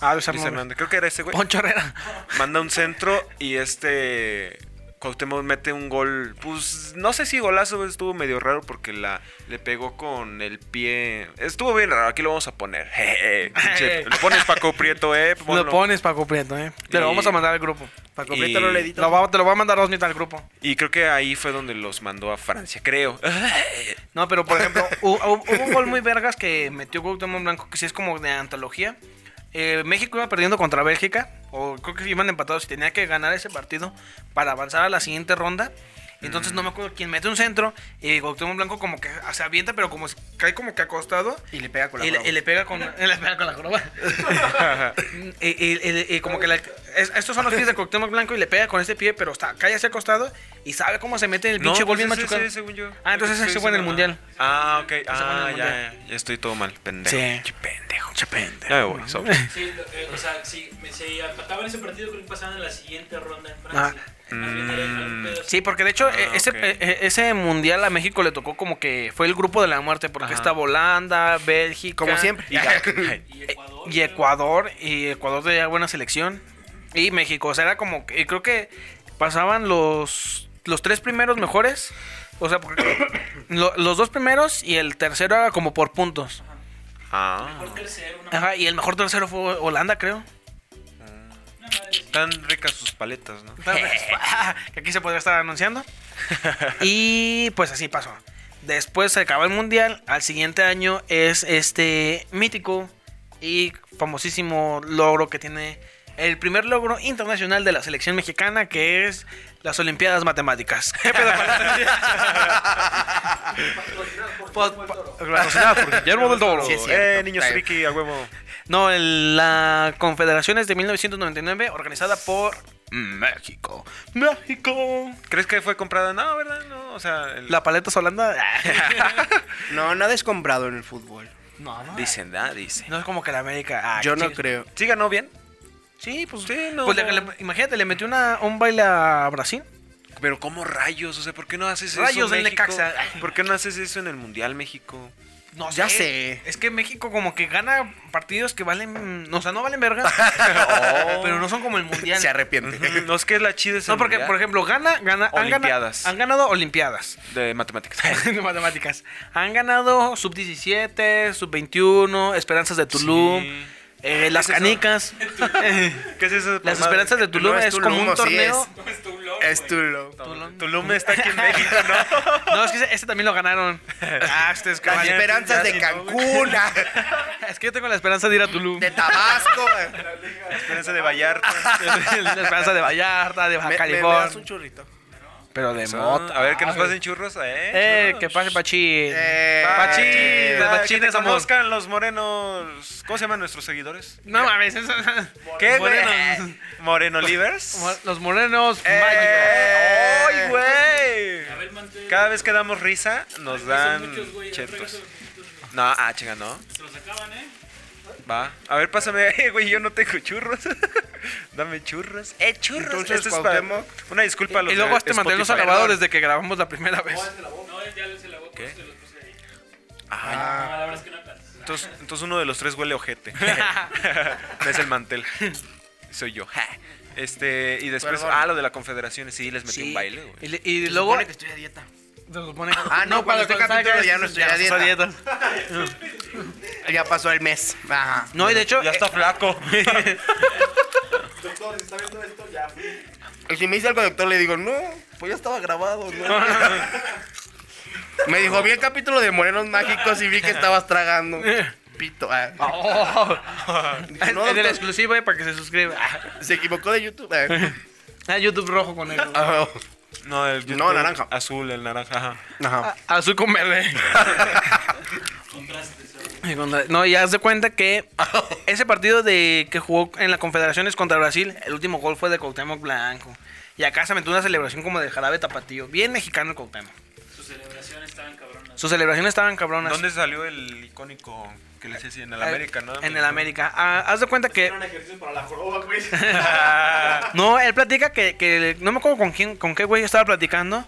Ah, Luis Luis Hernández. Hernández, creo que era ese güey. Poncho Herrera. Manda un centro y este Cuauhtémoc mete un gol, pues no sé si golazo, güey, estuvo medio raro porque la le pegó con el pie. Estuvo bien raro, aquí lo vamos a poner. Jeje, pinche- lo pones Paco Prieto, eh. ponlo. Lo pones Paco Prieto, eh. Te lo Y- vamos a mandar al grupo. Paco y- Prieto lo edito. Lo va- te lo va a mandar Osmita al grupo. Y creo que ahí fue donde los mandó a Francia, creo. No, pero por ejemplo, hu- hu- hubo un gol muy vergas que metió Cuauhtémoc Blanco, que sí es como de antología. Eh, México iba perdiendo contra Bélgica, o creo que iban empatados y tenía que ganar ese partido para avanzar a la siguiente ronda. Entonces no me acuerdo quién mete un centro y Cuauhtémoc Blanco como que se avienta, pero como si- cae como que acostado Y le pega con la y le, mano. y le pega con, le pega con la joroba. y, y- y- y como que la- es- estos son los pies de Cuauhtémoc Blanco y le pega con este pie, pero está, cae hacia acostado y sabe cómo se mete el pinche gol bien pues, ese- machucado. ese, según yo. Ah, entonces Creo que ese sí, fue en el no. mundial. Ah, ok. fue en Ah, el ya, ya estoy todo mal, pendejo. Sí. Che, pendejo. Che, pendejo. Ya me voy, sobre. Sí, lo- eh, o sea, si me- si empataban ese partido, creo que pasaban a la siguiente ronda en Ah. Francia. Más Mm. bien era el pedo. Sí, porque de hecho Ah, eh, ese, ok. eh, eh, ese mundial a México le tocó como que fue el grupo de la muerte, porque Ajá. estaba Holanda, Bélgica. Como siempre. Y ya. Y eh, Ecuador. Y Ecuador, y Ecuador tenía buena selección. Y México, o sea, era como, que- y creo que pasaban los, los tres primeros mejores, o sea, porque lo- los dos primeros y el tercero era como por puntos. Ah. Por tercero, una Ajá, y el mejor tercero fue Holanda, creo. Tan ricas sus paletas, ¿no? pues, ah, que aquí se podría estar anunciando. Y pues así pasó. Después se acaba el mundial. Al siguiente año es este mítico y famosísimo logro que tiene el primer logro internacional de la selección mexicana, que es las Olimpiadas Matemáticas. ¿Qué pedo con las- Pa- pa- patrocinada por Guillermo del Toro. Sí, es cierto. eh, niños friki, a huevo. No, el- la Confederación es de 1999, organizada por México. México. Mm, ¿Crees que fue comprada? No, ¿verdad? No, o sea... el- La paleta solanda. ah. No, nada es comprado en el fútbol. No, no. Dicen, ah, dicen. No es como que la América. ah, Yo que no sí. creo. ¿Sí ganó bien? Sí, pues. Sí, no. pues le- le- imagínate, le metió una, un baile a Brasil. Pero ¿cómo rayos? O sea, ¿por qué no haces eso Rayos del en México? Necaxa. ¿Por qué no haces eso en el Mundial México? No Ya sé. Es que México como que gana partidos que valen. O sea, no valen verga. Pero no son como el mundial. Se arrepiente. Ujú, No, es que es la chida ese No, porque, Mundial por ejemplo, gana, gana, han gana- Olimpiadas. Han ganado Olimpiadas. De matemáticas. de matemáticas. Han ganado sub 17, sub 21, Esperanzas de Tulum, Sí. eh, las es eso? canicas. ¿Qué es eso? las Esperanzas de Tulum No es es, como Tulum, un sí torneo. es. es tu loco, Es güey. tu lo. Tulum. Tulum está aquí en México, ¿no? No, es que ese, ese también lo ganaron. Ah, este es Las cabrón. esperanzas de Cancún, ah, Es que yo tengo la esperanza de ir a Tulum. de Tabasco. eh. Esperanza de Vallarta. la esperanza de Vallarta, de Baja Me- me- me California. das un churrito. Pero de Son- mota. A ver, que nos Ah, güey. pasen churros, ¿eh? Eh, que pase Pachín. Eh, Pachín, Pachín, ah, que Pachín te es amor. conozcan los morenos. ¿Cómo se llaman nuestros seguidores? No mames, eso- ¿Qué, güey? Morenos. Moreno Livers. Los morenos Eh, mágicos. ¡Ay, güey! A ver, mantén. Cada vez que damos risa, nos dan muchos, güey. chetos. Tráigaselos, poquitos, No, ah, chinga, no. Se los acaban, ¿eh? Va. A ver, pásame. Eh, güey, yo no tengo churros. Dame churros. Eh, churros. Entonces, Esto es para- Cuauhtémoc. Una disculpa a los Y luego de este mantel nos ha Spotify. lavado desde que grabamos la primera Ah, vez. No, ya les se la boca, pues, ¿Qué? se los puse ahí. Ah, No, la verdad es que no alcanzas. entonces, entonces uno de los tres huele ojete. no es el mantel. Soy yo. Ja. Este, y después, Perdón. ah, lo de la confederación, sí, les metí un baile, güey. Y, le- y se luego. supone que estoy a dieta. se supone que- Ah, no, cuando este salga capítulo este, ya no estoy a estás dieta. Ya pasó el mes. Ajá. No, y de hecho. Ya está eh, flaco. Doctor, si está viendo esto, ya fui. Y si me dice el conductor, le digo, no, pues ya estaba grabado, ¿no? me dijo, vi el capítulo de Morenos Mágicos y vi que estabas tragando. Pito. ah. oh, Dije, es "No, es de la doctor, exclusiva eh, para que se suscriba. se equivocó de YouTube. ah". Ah, YouTube rojo con él. Ah, No, el No, naranja. Azul, el naranja. ajá. Ajá. Azul con eh. verde. Y contra- No, ya haz de cuenta que ese partido de que jugó en la Confederaciones contra Brasil, el último gol fue de Cuauhtémoc Blanco. Y acá se metió una celebración como de jarabe tapatío. Bien mexicano el Cuauhtémoc. Su celebración estaba cabronas. Sus celebraciones estaban cabronas. ¿Dónde salió el icónico que les decía? En el América, ¿no? Eh, En el América. Ah, haz de cuenta que. Eran ejercicios para la joroba, güey. No, él platica que, que- no me acuerdo con quién, con qué güey estaba platicando.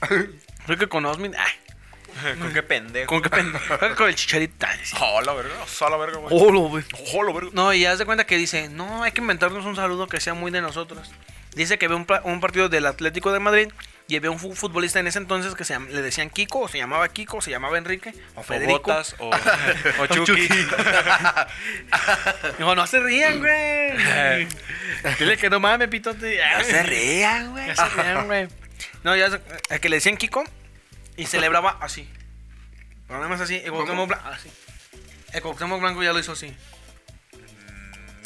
Creo que con Osmin. Ay, ¿Con qué pendejo? con qué pendejo. Creo que con el chicharita. Oh, la verga. Oh, la verga, güey. Olo, güey. Oh, la verga. No, y haz de cuenta que dice, no, hay que inventarnos un saludo que sea muy de nosotros. Dice que ve un, pla- un partido del Atlético de Madrid y había un fu- futbolista en ese entonces que se llam- le decían Kiko, o se llamaba Kiko, o se llamaba Enrique, o O Federico. botas, o, o chuki. Chucky. Digo, no se rían, güey. Dile que no mames, pitote. No se rían, güey. No se rían, güey. No, ya, el que le decían Kiko y celebraba así. Pero nada más así, el Cuauhtémoc Blanco, así. El Cuauhtémoc Blanco ya lo hizo así.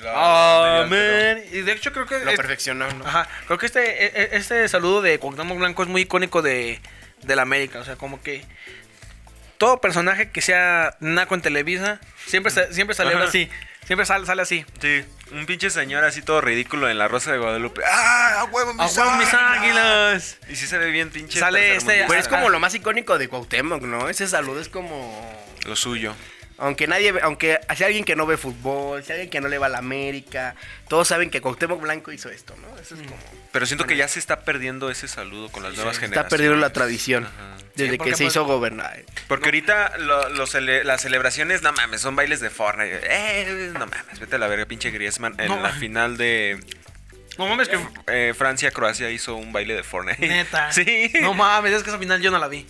Ah, Amén. Y de hecho creo que... Lo es- perfeccionó, ¿no? Ajá, creo que este, e- e- este saludo de Cuauhtémoc Blanco es muy icónico de, de la América. O sea, como que todo personaje que sea naco en Televisa siempre, sa- siempre celebra Ajá. así. Siempre sale, sale así. Sí, un pinche señor así todo ridículo en la Rosa de Guadalupe. ¡Ah, a huevo, mis, ¡A huevo, mis águilas! Y sí se ve bien pinche Sale tercermundista. este- Pero Pues es como lo más icónico de Cuauhtémoc, ¿no? Ese saludo es como... Lo suyo. Aunque nadie, ve- aunque hay alguien que no ve fútbol, si hay alguien que no le va a la América, todos saben que Cuauhtémoc Blanco hizo esto, ¿no? Eso Mm. es como... Pero siento que ya se está perdiendo ese saludo con las nuevas generaciones. Está perdiendo la tradición desde Sí, que porque se pues- hizo gobernar. Porque ahorita lo- lo cele- las celebraciones, no mames, son bailes de Fortnite. Eh, no mames, vete a la verga, pinche Griezmann. En No la mames. final de No mames, que. eh, Francia-Croacia hizo un baile de Fortnite. Neta. Sí. No mames, es que esa final yo no la vi.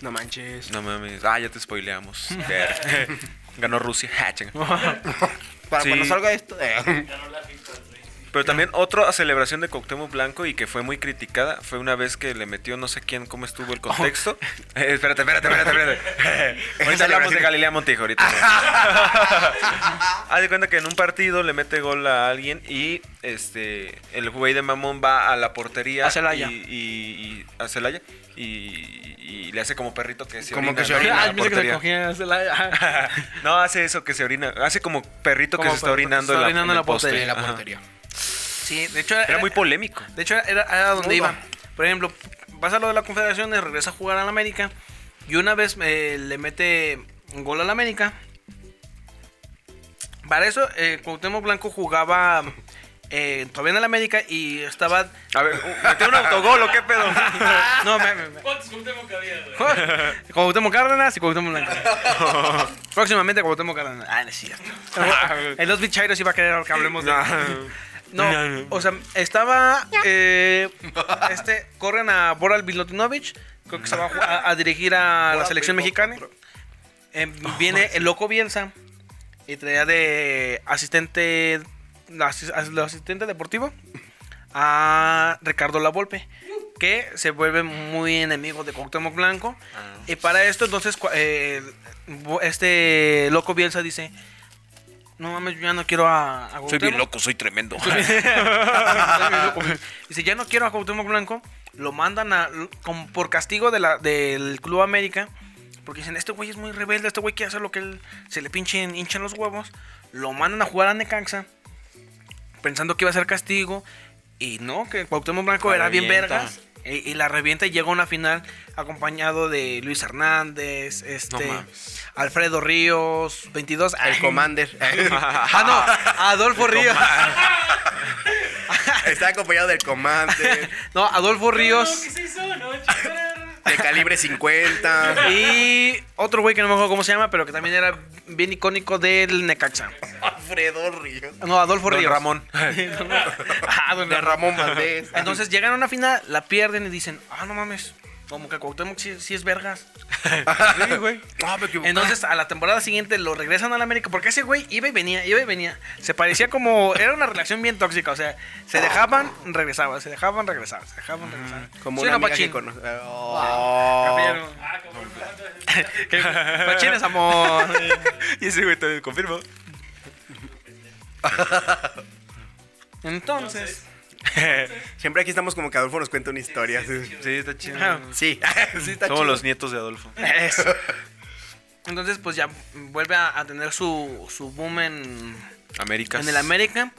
No manches. No mames. Ah, ya te spoileamos. Ver. Ganó Rusia. Ja, chinga. Para Sí. cuando salga esto. eh. Ganó la FIFA, güey. Pero también otra celebración de Cuauhtémoc Blanco y que fue muy criticada fue una vez que le metió no sé quién cómo estuvo el contexto. Oh. Eh, espérate, espérate, espérate, espérate. ahorita hablamos de Galilea Montijo ahorita. Haz de cuenta que en un partido le mete gol a alguien y este el güey de mamón va a la portería A Celaya. y, y- y- a Celaya y, y le hace como perrito que se Como orina, que se ¿no? en orina la Ay, Ah, pensé que se portería. cogía. se la- No, hace eso que se orina, hace como perrito Como que se perrito que está se orinando, está en la- orinando en en el la poste. portería, la Ajá. portería. Sí, de hecho era, Era muy polémico. De hecho, era, era a donde Duda. iba. Por ejemplo, pasa lo de la Confederaciones, regresa a jugar al América. Y una vez eh, le mete un gol al América. Para eso, eh, Cuauhtémoc Blanco jugaba eh, todavía en el América y estaba. A ver, uh, ¿metió un autogol o qué pedo? No, me, me, me. ¿Cuántos contemos que había, güey? Cuauhtémoc Cárdenas y Cuauhtémoc Blanco. Próximamente Cuauhtémoc Cárdenas. Ah, no es cierto. El dos bichairos iba a querer que hablemos de. No, o sea, estaba. eh, este, corren a Boral Bilutinovich. Creo que se va a, ju- a- a dirigir a la selección mexicana. Eh, viene el loco Bielsa y traía de asistente. asis- as- lo asistente deportivo a Ricardo Lavolpe. Que se vuelve muy enemigo de Cuauhtémoc Blanco. Y para esto, entonces, cua- eh, bo- este loco Bielsa dice: No mames, yo ya no quiero a, a Cuauhtémoc". soy tremendo. Dice, ya no quiero a Cuauhtémoc Blanco, lo mandan a, como por castigo de la, del Club América. Porque dicen, este güey es muy rebelde, este güey quiere hacer lo que él, se le pinchen, hinchan los huevos. Lo mandan a jugar a Necaxa, pensando que iba a ser castigo. Y no, que Cuauhtémoc Blanco La era bien revienta. vergas. Y, y la revienta y llega a una final acompañado de Luis Hernández, este, mames. Alfredo Ríos, 22. El ay. Commander. Ah, no, Adolfo Ríos. Está acompañado del Commander. No, Adolfo No, Ríos. ¿qué es eso? No, chingada. De calibre 50. Y otro güey que no me acuerdo cómo se llama, pero que también era bien icónico del Necaxa. Alfredo Ríos. No, Adolfo Don Ríos. Ramón. Ah, don De Ramón. Ramón Valdés. Entonces llegan a una final, la pierden y dicen, ah, no mames. Como que Cuauhtémoc sí, sí es vergas. Sí, güey. Ah, me equivoqué. Entonces a la temporada siguiente lo regresan al América porque ese güey iba y venía, iba y venía. Se parecía como... Era una relación bien tóxica, o sea, se dejaban, regresaban, se dejaban, regresaban, se dejaban, regresaban. Como Soy una amiga Pachín. que conoce. Oh. Pero- Ah, cabrón, no, no. que- Pachín es amor. y ese güey también confirmo. Entonces... Siempre aquí estamos como que Adolfo nos cuenta una historia. Sí, Sí, está chido. ajá. sí, está Somos chido. los nietos de Adolfo. Eso. Entonces, pues ya vuelve a, a tener su, su boom en, Américas. en el América.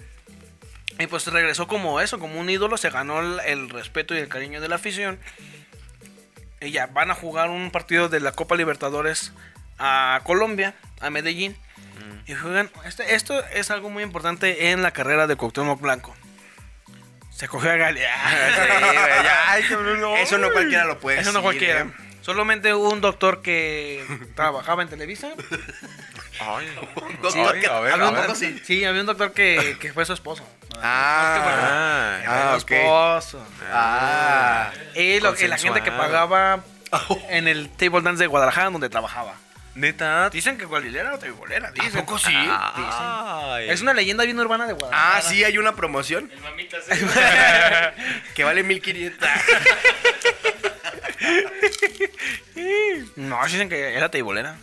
Y pues regresó como eso, como un ídolo. Se ganó el, el respeto y el cariño de la afición. Y ya van a jugar un partido de la Copa Libertadores a Colombia, a Medellín. Mm. Y juegan. este- esto es algo muy importante en la carrera de Cuauhtémoc Blanco. Se cogió a Galia. Sí, güey, ya. Eso no cualquiera lo puede Eso no decir, cualquiera. ¿eh? Solamente un doctor que trabajaba en Televisa. Ay, Doctor, ay, que- a ver, Había a un- ver. sí? había un doctor que, que fue su esposo. Ah, Ah, ah, Su ok. esposo. Ah, Y lo- y la gente que pagaba en el table dance de Guadalajara donde trabajaba. neta. Dicen que Guadalajara era bolera ¿a dicen. Ah, poco sí? Ay. Es una leyenda bien urbana de Guadalajara. Ah, sí, hay una promoción El mamita se. que vale 1500. No, dicen que era teibolera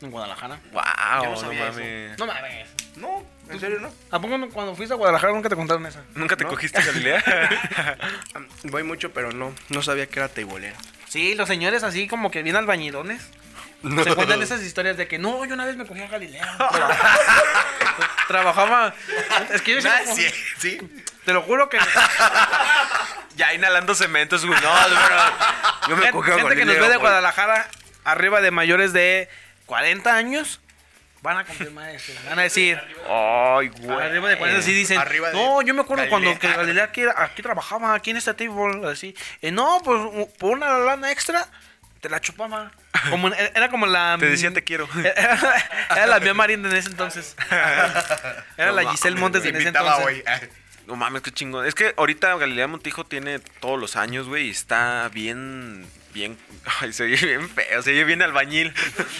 en Guadalajara. Wow, no sabía mames. No mames. No, en serio no. ¿A poco no- cuando fuiste a Guadalajara nunca te contaron esa? ¿Nunca te cogiste a Galilea? Voy mucho, pero no. No sabía que era teibolera. Sí, los señores así como que bien albañilones. Se cuentan esas historias de que no, yo una vez me cogí a Galileo. Trabajaba. Es que yo sí Ah, me- sí, sí. Te lo juro que. ya inhalando cemento, es güey. No, bro. Yo me gente cogí a gente que nos ve Galilea, de güey. Guadalajara, arriba de mayores de 40 años, van a confirmar eso. Van a decir. Ay, güey. Arriba de 40 sí dicen. Eh, Arriba de no, yo me acuerdo cuando Galilea". que Galilea aquí, era- aquí trabajaba, aquí en este table, así. "Eh, no, pues u- por una lana extra, te la chupaba. Como, en- era como la. Te decía te quiero. Era, era la mía Marín en ese entonces. Era la Giselle Montes Te en ese invitaba entonces. hoy. No mames, qué chingón. Es que ahorita Galilea Montijo tiene todos los años, güey, y está bien. Bien. Ay, se oye bien feo, se oye bien albañil.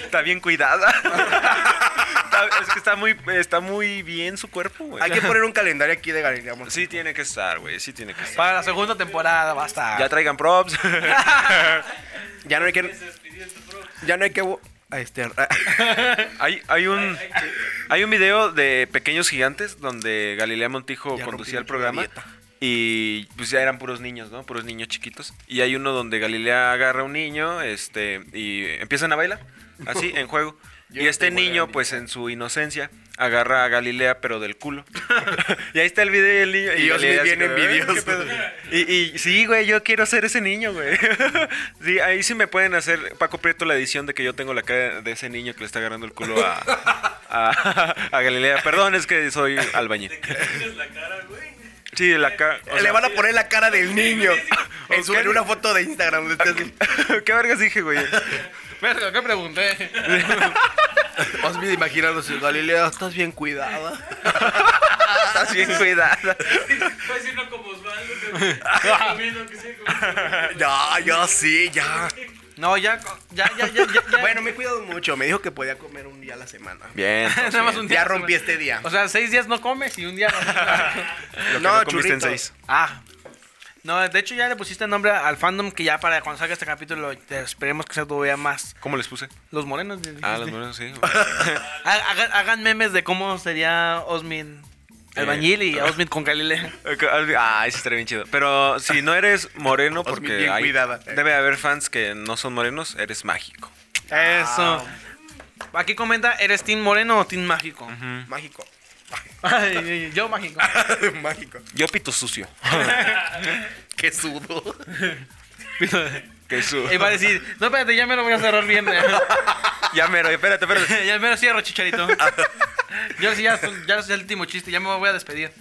está bien cuidada. Está- es que está muy, está muy bien su cuerpo, güey. Hay que poner un calendario aquí de Galilea Montijo. Sí tiene que estar, güey, sí tiene que estar. Para la segunda temporada, basta. Ya traigan props. Ya no hay que. Ya no hay que. Ah, Este, hay, hay un hay un video de Pequeños Gigantes donde Galilea Montijo Ya rompí conducía el mucho la programa dieta. y pues ya eran puros niños, ¿no? Puros niños chiquitos. Y hay uno donde Galilea agarra a un niño, este, y empiezan a bailar así en juego. Yo y no este tengo idea, niño, ni- pues en su inocencia, agarra a Galilea, pero del culo. y ahí está el video del niño. Y Dios Galilea mío, así bien como, "Ay, envidioso". qué pedo. Y, y sí, güey, yo quiero ser ese niño, güey. sí, ahí sí me pueden hacer, Paco Prieto, la edición de que yo tengo la cara de ese niño que le está agarrando el culo a, a, a Galilea. Perdón, es que soy albañil. Tienes la cara, güey. Sí, la cara. o le sea, van a poner la cara del niño. en, su- Ok. en una foto de Instagram. ¿Qué vergas dije, güey? Verga, ¿qué pregunté? Os bien imaginarlo, Galilea, estás bien cuidada. Estás bien cuidada. Puedes decir no como Osvaldo, que comiendo que sí, como- Ya, ya sí, ya. No, ya, ya, ya, ya, ya, ya. Bueno, me he cuidado mucho. Me dijo que podía comer un día a la semana. Bien. nada más un día. Ya rompí este día. O sea, seis días no comes y un día. Lo que No, no, comiste en churritos. seis. ah. No, de hecho ya le pusiste nombre al fandom que ya para cuando salga este capítulo te esperemos que sea todavía más. ¿Cómo les puse? Los morenos. dijiste. Ah, los morenos, sí. Ha- Hagan, hagan memes de cómo sería Osmin Albañil y a Osmit con Galilea. Ah, ese estaría bien chido. Pero si no eres moreno, porque bien hay- cuidada. debe haber fans que no son morenos, eres mágico. Ah. Eso. Aquí comenta, ¿eres Team Moreno o Team Mágico? Mágico. Ay, ay, yo Mágico. Mágico. Yo pito sucio. Qué sudo. Que su- Y va a decir, no, espérate, ya me lo voy a cerrar bien. ya mero, espérate, espérate. ya me lo cierro, chicharito. Ah. Yo sí, ya, ya es el último chiste, ya me voy a despedir.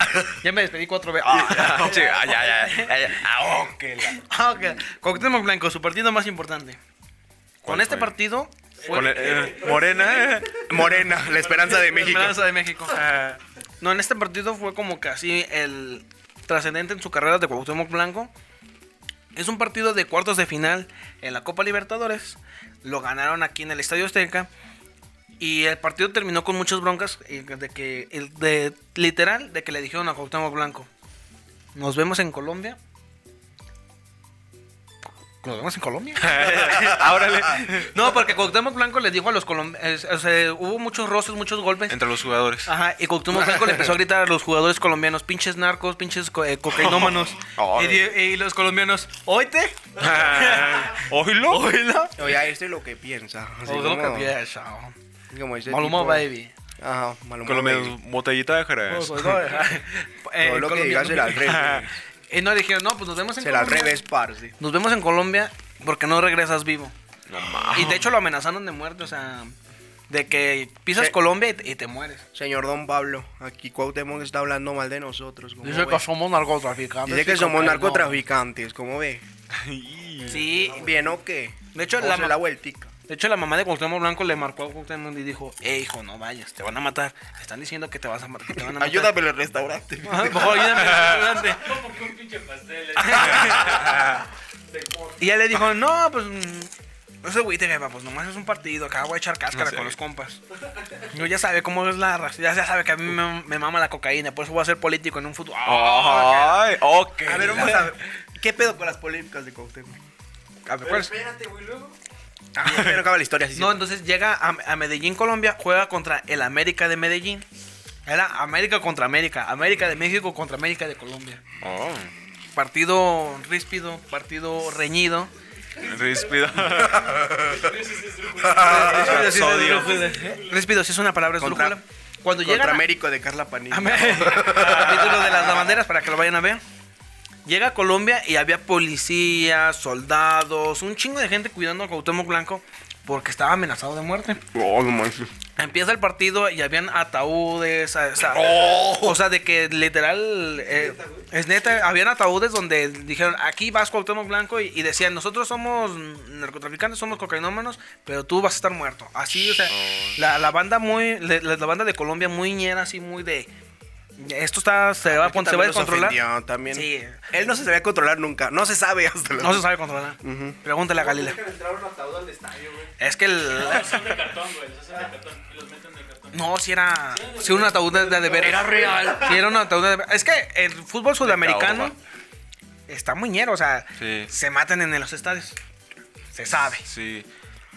Ya me despedí cuatro veces. Ah, sí, ah, ya, ya, ya, ya. Ah, oh, que la- Ah, ok. Cuauhtémoc Blanco, su partido más importante. Con ¿Cuál este fue? partido fue Con el- eh, morena. eh. Morena, la esperanza de la México. esperanza de México. No, en este partido fue como casi el trascendente en su carrera de Cuauhtémoc Blanco. Es un partido de cuartos de final en la Copa Libertadores. Lo ganaron aquí en el Estadio Azteca. Y el partido terminó con muchas broncas. eh, De que, el- de, literal, de que le dijeron a Cuauhtémoc Blanco: Nos vemos en Colombia. ¿Nos vemos en Colombia? Ah, órale. No, porque Cuauhtémoc Blanco le dijo a los colombianos, o sea, hubo muchos roces, muchos golpes. Entre los jugadores. Ajá, y Cuauhtémoc Blanco le empezó a gritar a los jugadores colombianos, pinches narcos, pinches co- eh, cocainómanos. y, di- y los colombianos, ¿oíte? Ah. ¿Oílo? Oye, este es lo que piensa. Así Oílo que como- piensa. como ese Maluma tipo- baby. Ajá, Maluma Con lo baby. menos botellita de jerez. Eh, Todo lo que colombiano. digas será al revés. Y no dijeron, no, pues nos vemos en Será al Colombia. revés, parce. Nos vemos en Colombia porque no regresas vivo. No mames. Y de hecho lo amenazaron de muerte, o sea, de que pisas Sí. Colombia y, y te mueres. Señor Don Pablo, aquí Cuauhtémoc está hablando mal de nosotros. ¿cómo ve? somos narcotraficantes. Dice que somos narcotraficantes, ¿cómo ve? Sí, ¿Bien o qué? De hecho, ¿Cómo la se ma- Eh, la vueltica. De hecho, la mamá de Cuauhtémoc Blanco le marcó a Cuauhtémoc y dijo, eh, hijo, no vayas, te van a matar. Están diciendo que te, vas a ma- que te van a matar. en el restaurante. Ajá, por favor, ayúdame, ayúdame. Como que un pinche pastel. eh. De corte. Y ya le dijo, no, pues... mm, No se güey, jefa, pues nomás es un partido, acá voy a echar cáscara con los compas. Yo ya sabe cómo es la raza, ya, ya sabe que a mí me, me mama la cocaína, por eso voy a ser político en un futuro. Ah, Ay, ok. A ver, vamos a ver. ¿Qué pedo con las polémicas de Cuauhtémoc? Ah, que- a ver, ¿cuál es? Espérate, güey, luego. Pero acaba la historia, sí, sí. No, entonces llega a, a Medellín, Colombia, juega contra el América de Medellín. Era América contra América, América de México contra América de Colombia. Oh, Partido ríspido, partido reñido. ríspido. Ríspido sí es Sodio. esdrújula. Ríspido sí es una palabra Ah, Contra- esdrújula. Cuando Contra llega Américo de Carla Ah, Panini. capítulo de las lavanderas para que lo vayan a ver. Llega a Colombia y había policías, soldados, un chingo de gente cuidando a Cuauhtémoc Blanco porque estaba amenazado de muerte. Oh, no manches. Empieza el partido y habían ataúdes. O sea, Oh, Oh. o sea, de que literal. eh, es neta, habían ataúdes donde dijeron: aquí vas Cuauhtémoc Blanco. Y, y decían: nosotros somos narcotraficantes, somos cocainómanos, pero tú vas a estar muerto. Así, o sea, la, la banda muy. La, la- la banda de Colombia muy ñera, así muy de. Esto está, se va, a pon- se va a descontrolar. también. Sí. Él no se sabía controlar nunca. No se sabe hasta la- No se sabe controlar. Pregúntale a Galila. Entrar un ataúd al estadio, güey. Es que el. No, son de cartón, güey. Los hacen de cartón. Y los meten de cartón. No, si era. Si era un ataúd de, de veras. Era real. Si era un ataúd de veras. Es que el fútbol sudamericano Oba. está muy ñero. O sea, Sí. se matan en los estadios. Se sabe. Sí.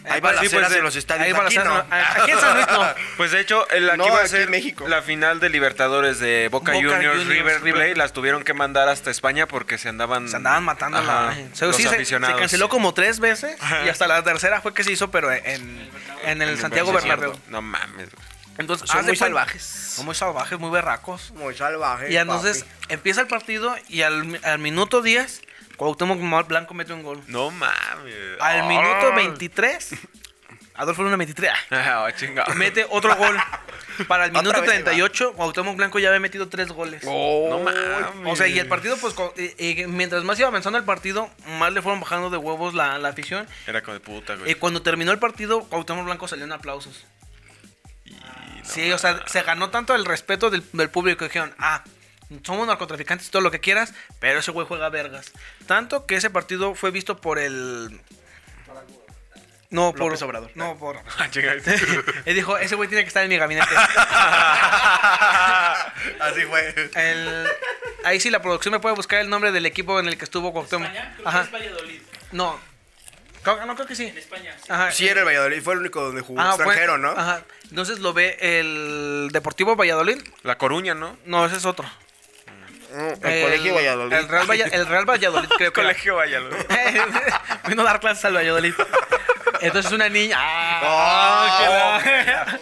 Hay Eh, pues, balaceras en los estadios, Hay aquí balaceras. no. no. Ah, Aquí en San Luis no. Pues de hecho, el, aquí No, va a aquí ser en México. la final de Libertadores de Boca, Boca Juniors, Juniors, River, River. Plate. Las tuvieron que mandar hasta España porque se andaban. Se andaban matando la, Mm. Ajá, se, los sí, se- se aficionados. canceló como tres veces y hasta la tercera fue que se hizo, pero en, en el Santiago Sí, es cierto. Bernabéu. No mames. güey. Entonces, Son haz de muy cuenta- salvajes. Son muy salvajes, muy berracos. Muy salvajes. Y entonces papi. empieza el partido y al, al minuto 10, Cuauhtémoc Blanco mete un gol. No mames. Al minuto Ah. 23, Adolfo Luna 23, Ah, chingado. mete otro gol. Para el Otra minuto vez se va. 38, Cuauhtémoc Blanco ya había metido tres goles. Oh, No mames. O sea, y el partido, pues, co- eh, eh, mientras más iba avanzando el partido, más le fueron bajando de huevos la, la afición. Era como de puta, Y güey. Eh, cuando terminó el partido, Cuauhtémoc Blanco salió en aplausos. Y no Sí, o sea, se ganó tanto el respeto del, del público que dijeron, ah, somos narcotraficantes y todo lo que quieras, pero ese güey juega vergas. Tanto que ese partido fue visto por el... No, por... López Obrador. No, por... Ah, chinga. Él dijo, ese güey tiene que estar en mi gabinete. Así fue. El- Ahí sí, la producción me puede buscar el nombre del equipo en el que estuvo Cuauhtémoc. España, creo que Ajá. es Valladolid. No. Creo- No, creo que sí. En España. sí. Ajá. Sí, era el Valladolid, fue el único donde jugó Ajá, Ah, fue- extranjero, ¿no? Ajá. Entonces lo ve el Deportivo Valladolid. La Coruña, ¿no? No, ese es otro. Mm, El, colegio Valladolid. El Real, Valla- el Real Valladolid, creo que. era. Valladolid. Vino a dar clases al Valladolid. Entonces una niña. Ah, ¡Ah! qué la-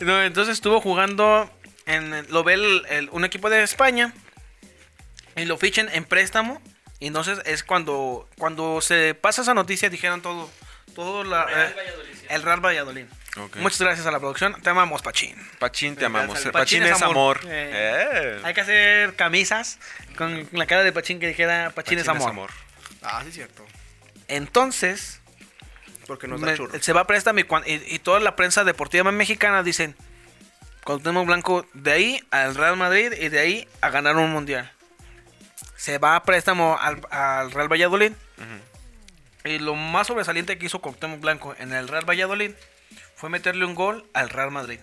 No, entonces estuvo jugando. En, lo ve el- el- un equipo de España. Y lo fichan en préstamo. Y entonces es cuando, cuando se pasa esa noticia, dijeron todo. todo la, Real eh, Valladolid, sí. el Real Valladolid. Ok. Muchas gracias a la producción. Te amamos, Pachín. Pachín te amamos. eh. Pachín Pachín, es es amor. amor. Eh. Hay que hacer camisas con la cara de Pachín que dijera Pachín, es amor. Ah, sí, cierto. Entonces, Porque no me- está churro. se va a préstamo y, cuan- y- y toda la prensa deportiva mexicana dicen, Cuauhtémoc Blanco de ahí al Real Madrid y de ahí a ganar un mundial. Se va a préstamo al, al Real Valladolid. Y lo más sobresaliente que hizo Cuauhtémoc Blanco en el Real Valladolid fue meterle un gol al Real Madrid.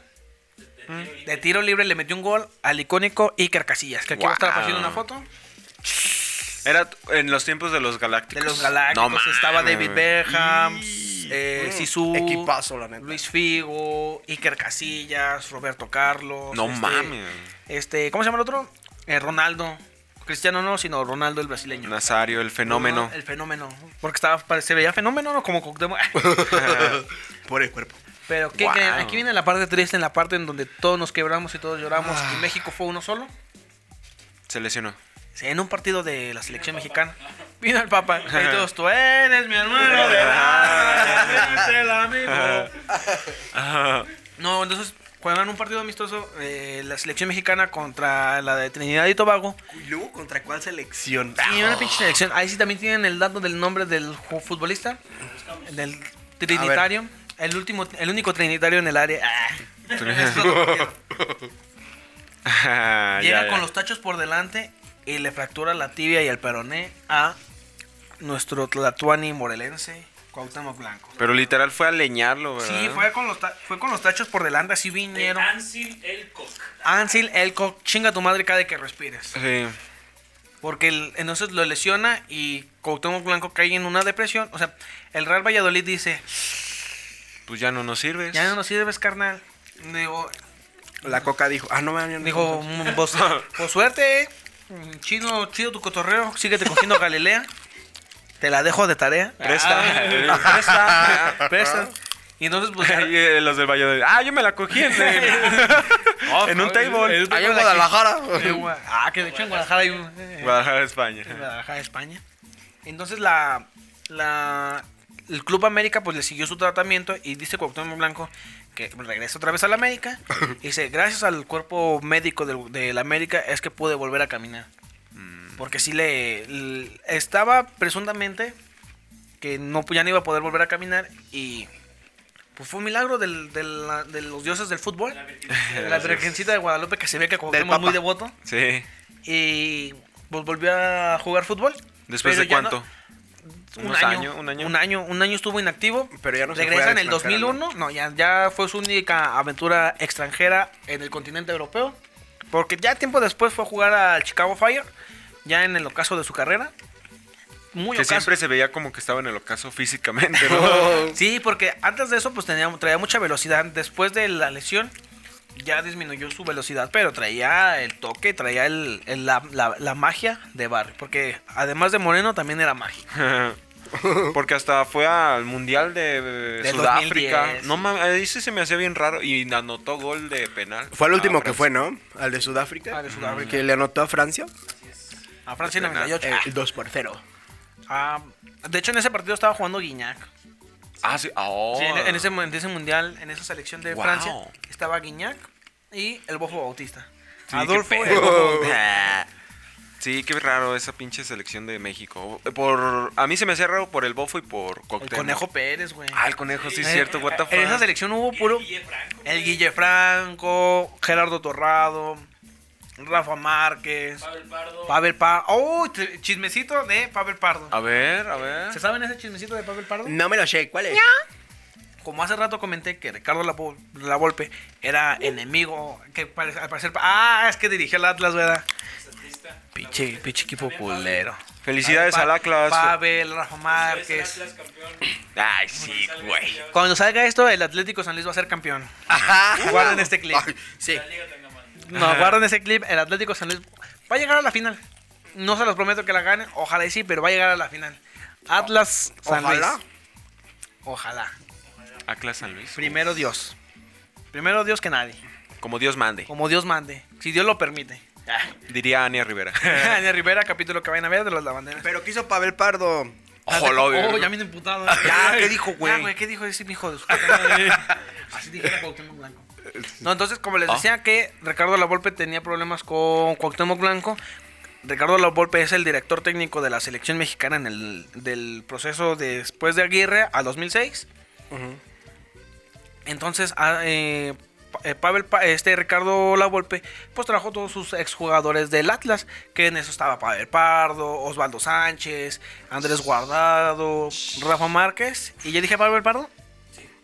De tiro libre le metió un gol al icónico Iker Casillas, que aquí va a estar Guau. apareciendo una foto. Era t- en los tiempos de los De Galácticos. los Galácticos No estaba mames, David güey. Beckham, eh, Mm, Sisu, equipazo, la neta. Luis Figo, Iker Casillas, Roberto Carlos. No este, mames. Este, ¿cómo se llama el otro? Eh, Ronaldo. Cristiano no, sino Ronaldo el brasileño. Nazario, el fenómeno. El fenómeno. Porque estaba, pare- se veía fenómeno, ¿no? Como Cuauhtémoc. Por el cuerpo. Pero ¿qué Wow. creen? Aquí viene la parte triste, en la parte en donde todos nos quebramos y todos lloramos. Ah. Y México fue uno solo. Se lesionó. En un partido de la selección mexicana. Vino el Papa. Y todos, tú eres mi hermano de la- eres el amigo. No, entonces juegan un partido amistoso eh, la selección mexicana contra la de Trinidad y Tobago. ¿Y luego contra cuál Ah, selección? Y una pinche selección. Ahí sí también tienen el dato del nombre del ju- futbolista. Del trinitario. El último, el único trinitario en el área. Ah. Ah, Llega ya, con ya. los tachos por delante y le fractura la tibia y el peroné a nuestro Tlatuani morelense, Cuauhtémoc Blanco. Pero literal fue a leñarlo, ¿verdad? Sí, fue con, los ta- fue con los tachos por delante, así De vinieron. Ansel Elcock. Ansel Elcock, chinga tu madre cada que respires. Sí. Porque el- entonces lo lesiona y Cuauhtémoc Blanco cae en una depresión. O sea, el Real Valladolid dice, Pues ya no nos sirves. ya no nos sirves, carnal. Digo, La coca dijo, ah, no me no, no, dijo no. "Mm, vos, por suerte, eh. Mm, chino, chido tu cotorreo, síguete cogiendo Galilea. Te la dejo de tarea. Presta. Ah, presta, presta. Y entonces, pues, ya- Y, eh, los del Valladolid. Ah, yo me la cogí en, Oh, en un table. El- Allá en Guadalajara. Eh, Gua- Ah, que de hecho en Guadalajara hay un. eh, Guadalajara, España. en Guadalajara, España. Entonces la, la el Club América pues le siguió su tratamiento y dice Cuauhtémoc Blanco que regresa otra vez a la América. y dice, gracias al cuerpo médico del, del América es que pude volver a caminar. Porque si le, l- estaba presuntamente que no ya no iba a poder volver a caminar y pues fue un milagro del- del- la- de los dioses del fútbol. De la Virgencita de Guadalupe que se ve que Cuauhtémoc es muy Papa. devoto Sí. y pues volvió a jugar fútbol. ¿Después Pero de ya cuánto? no- un, ¿Unos año, año, un año? un año, un año estuvo inactivo. Pero ya no se Regresa fue en al el extranjero, 2001. No, ya, ya fue su única aventura extranjera en el continente europeo. Porque ya tiempo después fue a jugar al Chicago Fire, ya en el ocaso de su carrera. Muy Que ocaso. siempre se veía como que estaba en el ocaso físicamente, ¿no? Oh. Sí, porque antes de eso pues tenía, traía mucha velocidad. Después de la lesión ya disminuyó su velocidad, pero traía el toque, traía el, el- la, la- la magia de Barry. Porque además de Moreno también era mágico. Porque hasta fue al Mundial de, eh, Del Sudáfrica. 2010. No mames, ahí sí se me hacía bien raro. Y anotó gol de penal. Fue el último Ah, que Francia. fue, ¿no? Al de Sudáfrica. Al Ah, de Sudáfrica. Que le anotó a Francia. A Francia 98. El 2 por 0. Ah, de hecho en ese partido estaba jugando Guiñac. Ah, sí. ah, oh. en, en ese, mu- en ese mundial, en esa selección de Wow. Francia, estaba Guiñac y el Bofo Bautista. Sí, Adolfo eh, qué el pedo. Bofo Bautista. Ah. Sí, qué raro esa pinche selección de México. Por, a mí se me hacía raro por el bofo y por El Cuauhtémoc. Conejo Pérez, güey. Ah, el conejo, sí, es Eh, cierto. What the En esa fuck. selección hubo puro... Guille Franco. El Guille Franco, Gerardo Torrado, Rafa Márquez, Pavel Pardo. Pavel Pardo. ¡Oh! ch- Chismecito de Pavel Pardo. A ver, a ¿Se ver. saben ese chismecito de Pavel Pardo? No me lo sé, ¿cuál es? Como hace rato comenté que Ricardo Lapo- Lavolpe era enemigo, que pare- al parecer... Ah, es que dirigía el Atlas, ¿verdad? Statista. Pinche, pinche equipo culero. Felicidades al Atlas. Pavel, Rafa Márquez. Atlas campeón. Ay, sí, güey. Cuando salga esto, el Atlético San Luis va a ser campeón. Guarden este clip. Ah. Ay, sí. La Liga Tangamanga. No, guarden ese clip. El Atlético San Luis va a llegar a la final. No se los prometo que la ganen. Ojalá y sí, pero va a llegar a la final. Atlas San Ojalá. Luis. Ojalá. Atlas San Luis. Primero Dios. Primero Dios que nadie. Como Dios mande. Como Dios mande. Si Dios lo permite. Diría Ania Rivera. Daniel Rivera, capítulo que vayan a ver de las lavanderas. Pero ¿qué hizo Pavel Pardo? Ojalá, Oh, güey. ya me imputado. Ya, ¿qué dijo, güey? Ya, güey, ¿qué dijo ese hijo de su puta madre? Así dijera Cuauhtémoc Blanco. No, entonces, como Ah. les decía que Ricardo Lavolpe tenía problemas con Cuauhtémoc Blanco, Ricardo Lavolpe es el director técnico de la selección mexicana en el del proceso de- después de Aguirre al 2006. Entonces, ah, eh, Pa- eh, Pavel, Pa- este Ricardo Lavolpe, pues trajo todos sus exjugadores del Atlas, que en eso estaba Pavel Pardo, Osvaldo Sánchez, Andrés Guardado, Rafa Márquez, y ya dije Pavel Pardo,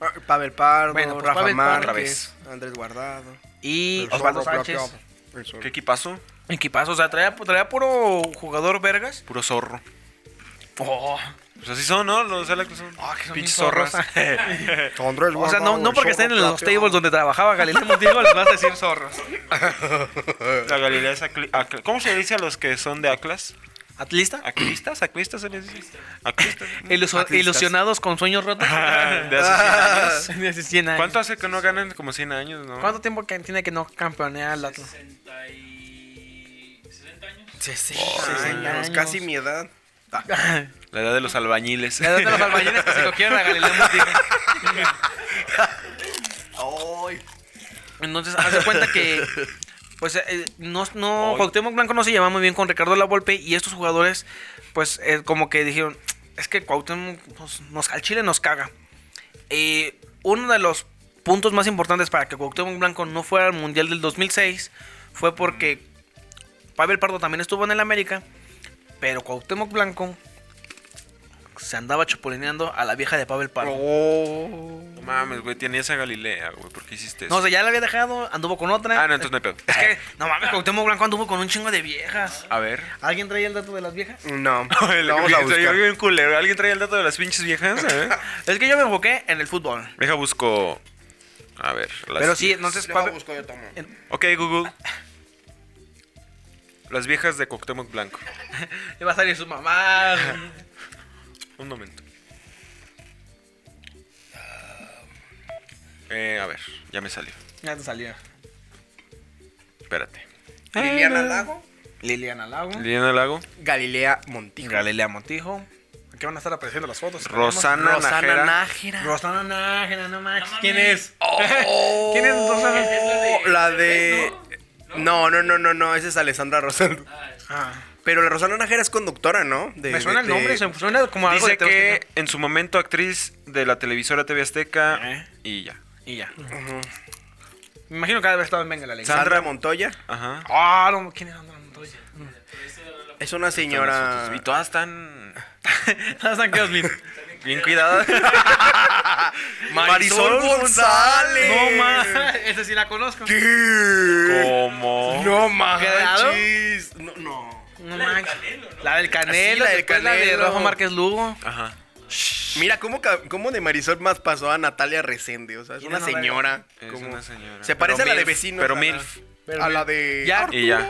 Ah, Pavel Pardo, Bueno, pues, Rafa Pavel Pardo. Otra Márquez, Andrés Guardado. y el Osvaldo zorro, Sánchez. Bloqueo, el zorro. ¿Qué equipazo? Equipazo, o sea, traía, traía puro jugador vergas. Puro zorro. Oh, Pues así son, ¿no? Los Atlas son. que son pinches bien zorros. zorras. Andrés o sea, Guardado, no, no el porque zorro estén en los bloqueo. tables donde trabajaba Galileo Montijo, les vas a decir zorros. La Galilea es acli- acl- ¿Cómo se dice a los que son de Atlas? ¿Atlista? ¿Aclistas? ¿Aclistas se les dice? ¿Aclistas? Ilus- ilusionados con sueños rotos. Ah, de hace 100 años. Hace 100 años. ¿Cuánto hace que no ganan? Como 100 años, ¿no? ¿Cuánto tiempo que tiene que no campeonea el Atlas? 60 y... 60 años. 60 años, casi mi edad. La edad de los albañiles. La edad de los albañiles que se cogieron a Galileo Montijo. Ay, Entonces, hace cuenta que. Pues eh, no, no, Cuauhtémoc Blanco no se llevaba muy bien con Ricardo Lavolpe y estos jugadores, pues eh, como que dijeron, es que Cuauhtémoc pues, nos, al Chile nos caga. Eh, uno de los puntos más importantes para que Cuauhtémoc Blanco no fuera al Mundial del 2006 fue porque Pavel Pardo también estuvo en el América, pero Cuauhtémoc Blanco se andaba chapulineando a la vieja de Pavel Pardo. No mames, güey, tenías a Galilea, güey. ¿Por qué hiciste eso? No, o sea, ya la había dejado, anduvo con otra. pues. Ah, no, entonces no hay pedo. Es que, no mames, Cuauhtémoc Blanco anduvo con un chingo de viejas. A ver. ¿Alguien traía el dato de las viejas? No, El- lo vamos a el- yo buscar. vi un culero. ¿Alguien traía el dato de las pinches viejas? A ver. Es que yo me enfoqué en el fútbol. Deja busco. A ver. las Pero sí, viejas. entonces, Luego Pavel- busco, yo tomo. Ok, Google. Las viejas de Cuauhtémoc Blanco. le va a salir su mamá. Un momento. Eh, a ver, ya me salió. ya te salió. Espérate. Liliana Lago, Liliana Lago. Ah. Liliana Lago. Galilea Montijo. Galilea Montijo. Aquí van a estar apareciendo las fotos. Rosana, Najera. Nájera. Rosana Nájera, no Oh. manches. No mames. ¿Quién es? ¿Quién es Es Oh, La la de. de- No, no, no, no, no, esa es Alessandra Rosendo. Ah, es- Ah, Pero la Rosana Najera es conductora, ¿no? De- me suena de- el nombre, de- se me suena como algo Dice de Tebasteca. que en su momento actriz de la televisora TV Azteca Eh. y ya. Y ya. Me imagino que ha de haber estado en Venga la Alegría. Sandra Montoya. Ajá. Ah, no, ¿quién es Sandra Montoya? Es una señora. Y todas están San Kioslin. Eh. bien cuidadas. Marisol No González. más. Esa sí la conozco. ¿Qué? Como. No ¿Quedado? manches. No, no. No manches. La del Sí, Canelo, la del después la de Canelo. Rafa Márquez Lugo. Ajá. Mira, ¿cómo, ca- cómo de Marisol más pasó a Natalia Resende? O sea, es Y una no, no, señora. Es como- una señora. Se Pero parece a la de milf, vecinos. Pero a la- MILF. A la de. Ya. Y ya.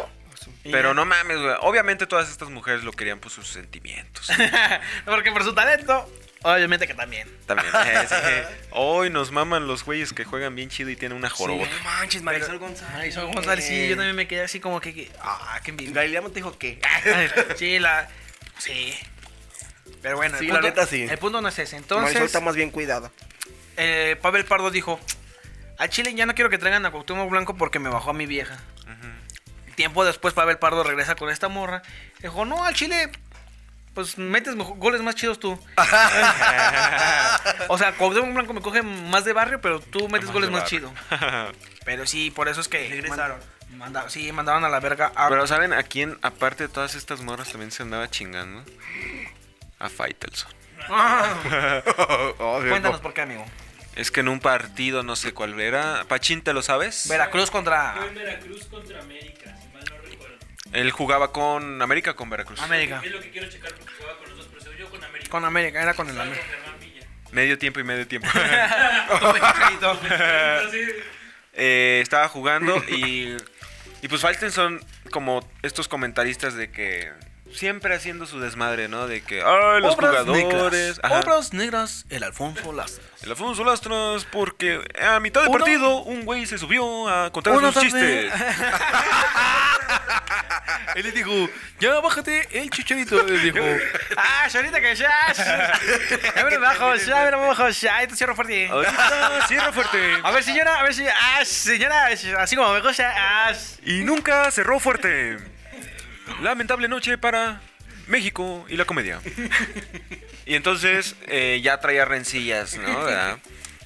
Y Pero ya. no mames, güey. Obviamente todas estas mujeres lo querían por sus sentimientos. Porque por su talento, obviamente que también. También. eh, sí, eh. Hoy nos maman los güeyes que juegan bien chido y tienen una No jorobota. manches, Marisol González. Eh, Ay, soy González, sí, yo también me quedé así como que. que- ah, qué envidia. Galilea Montijo, ¿qué? Ay, Sí, la. Sí. Pero bueno, Sí, el, la punto, neta sí. el punto no es ese. Marisol Entonces, está más bien cuidada. eh, Pavel Pardo dijo: A Chile ya no quiero que traigan a Cuauhtémoc Blanco porque me bajó a mi vieja. Tiempo después, Pavel Pardo regresa con esta morra. Dijo: No, al Chile, pues metes mejor- goles más chidos tú. O sea, Cuauhtémoc Blanco me coge más de barrio, pero tú metes Más goles de más barrio. chido. Pero sí, por eso es que. Regresaron. mand- manda- sí, mandaron a la verga a. Pero ¿saben a quién, aparte de todas estas morras, también se andaba chingando? A Faitelson. Ah, Cuéntanos. cuéntanos por qué, amigo. Es que en un partido, no sé cuál era. Pachín, ¿te lo sabes? Veracruz Fue contra. en Veracruz contra América, si mal no recuerdo. Él jugaba con América, con Veracruz. América. Es lo que quiero checar porque jugaba con los dos, pero según yo con América. Ah. Con América, era con el Jugaba con América. Germán Villa. Medio tiempo y medio tiempo. Entonces, Eh, estaba jugando y, y pues Falten son como estos comentaristas de que siempre haciendo su desmadre, ¿no? De que, ay, los Obras jugadores. negras. ajá. Obras negras, el Alfonso Lázaro. El Afonso Lastras, porque a mitad de Uno- partido un güey se subió a contar Uno sus también. chistes. Él le dijo, ya bájate el chicharito. Le dijo, ah, ahorita que ya. Ya me lo bajo, ya me lo bajo, ya, y te cierro fuerte. Ahorita cierra fuerte. A ver, señora, a ver, señora, ah, señora, así como me goza, ah. Y nunca cerró fuerte. Lamentable noche para México y la comedia. Y entonces eh, ya traía rencillas, ¿no? ¿Verdad?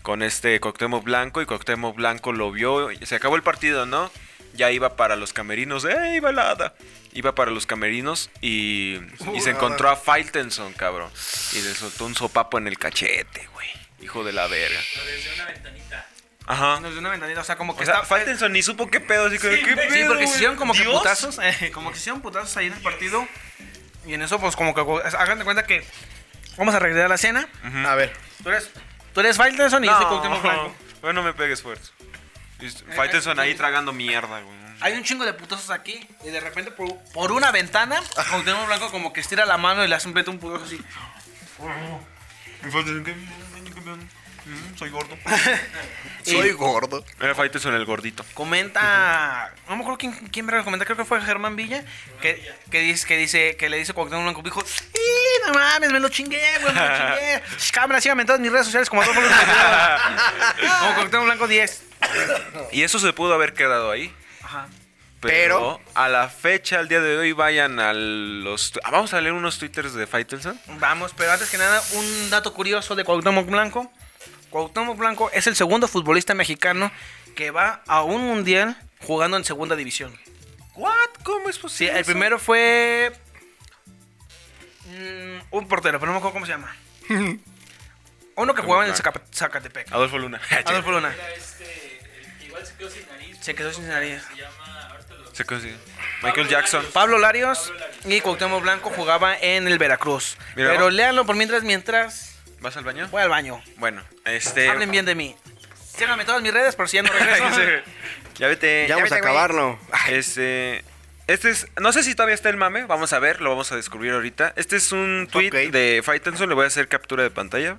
Con este Coctemo Blanco y Coctemo Blanco lo vio. y Se acabó el partido, ¿no? Ya iba para los camerinos. ¡Ey, balada! Iba para los camerinos y, y se encontró a Faitelson, cabrón. Y le soltó un sopapo en el cachete, güey. Hijo de la verga. lo desde una ventanita. Ajá. Nos dio una ventanita, o sea, como que O sea, está- Faitelson ni supo qué pedo. Así que, Sí, ¿qué güey. pedo, Sí, porque güey? se hicieron como que ¿Dios? putazos, eh, como que se hicieron putazos ahí en el partido. Y en eso, pues como que hagan de cuenta que vamos a regresar a la cena. A ver. Tú eres, tú eres Faitelson y yo soy No. Cuauhtémoc Blanco. Bueno, me pegues fuerte. Eh, Faitelson ahí tragando mierda, güey. Hay un chingo de putazos aquí y de repente por, por una ventana, Cuauhtémoc Blanco como que estira la mano y le hace un pleito un putazo así. Soy gordo. Soy gordo. Era Faitelson el gordito. Comenta, no me acuerdo quién, quién verga lo comenta, creo que fue Germán Villa, que, que dice, que dice, que le dice Cuauhtémoc Blanco, dijo, ¡y no mames, me lo chingué, güey, me lo chingué! Sh, Cámara, síganme en todas mis redes sociales como Adolfo López Obrador. Como Cuauhtémoc Blanco 10. Y eso se pudo haber quedado ahí. Ajá. Pero, a la fecha, al día de hoy, vayan a los... ah, Vamos a leer unos twitters de Faitelson. Vamos, pero antes que nada, un dato curioso de Cuauhtémoc Blanco. Cuauhtémoc Blanco es el segundo futbolista mexicano que va a un mundial jugando en segunda división. ¿What? ¿Cómo es Sí, posible? el primero fue. mm, un portero, pero no me acuerdo cómo se llama. Uno que jugaba en el Zaca- Zacatepec. Adolfo Luna. Ah, Adolfo Luna. Era este, el que igual se quedó sin nariz. Se quedó sin nariz. Se llama, ahorita lo... Se consigue. Michael Jackson. Pablo Larios y Cuauhtémoc Blanco jugaba en el Veracruz. Mira, pero va- léanlo por mientras, mientras ¿Vas al baño? voy al baño. Bueno, este... Hablen bien de mí. Síganme en todas mis redes, pero si ya no regreso. Ya vete. Ya vamos a vete, güey. acabarlo. Este. Este es. No sé si todavía está el mame. Vamos a ver, lo vamos a descubrir ahorita. Este es un tweet Ok. de Faitelson. Le voy a hacer captura de pantalla.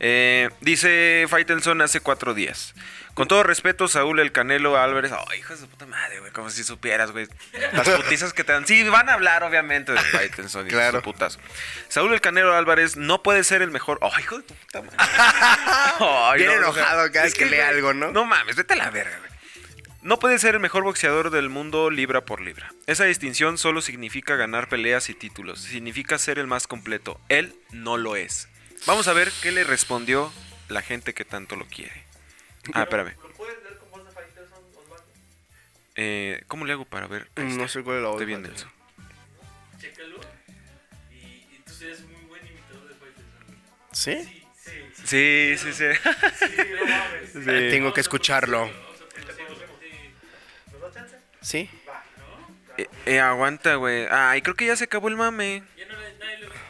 Eh, dice Faitelson hace cuatro días. Con todo respeto, Saúl el Canelo Álvarez. Ay, hijos de puta madre, güey. Como si supieras, güey. Las putizas que te dan. Sí, van a hablar, obviamente, de Faitelson y Claro. sus putazo. Saúl el Canelo Álvarez no puede ser el mejor. Ay, hijo de tu puta madre. Ay, Bien no, o sea, enojado cada es vez que lee güey, algo, ¿no? No mames, vete a la verga, güey. No puede ser el mejor boxeador del mundo libra por libra. Esa distinción solo significa ganar peleas y títulos. Significa ser el más completo. Él no lo es. Vamos a ver qué le respondió la gente que tanto lo quiere. Ah, espérame. ¿Lo puedes leer con voz de Faitelson, Osvaldo? Eh, ¿Cómo le hago para ver? Ahí está. No sé cuál es la Estoy otra. bien denso. Chécalo. Y, y tú eres muy buen imitador de Faitelson. ¿Sí? Sí, sí, Sí, sí, sí. sí, no mames. Sí. Eh, Tengo que escucharlo. ¿Nos da chance? ¿Sí? Eh, eh, aguanta, güey. Ay, creo que ya se acabó el mame. Ya no le- nadie lo entendió.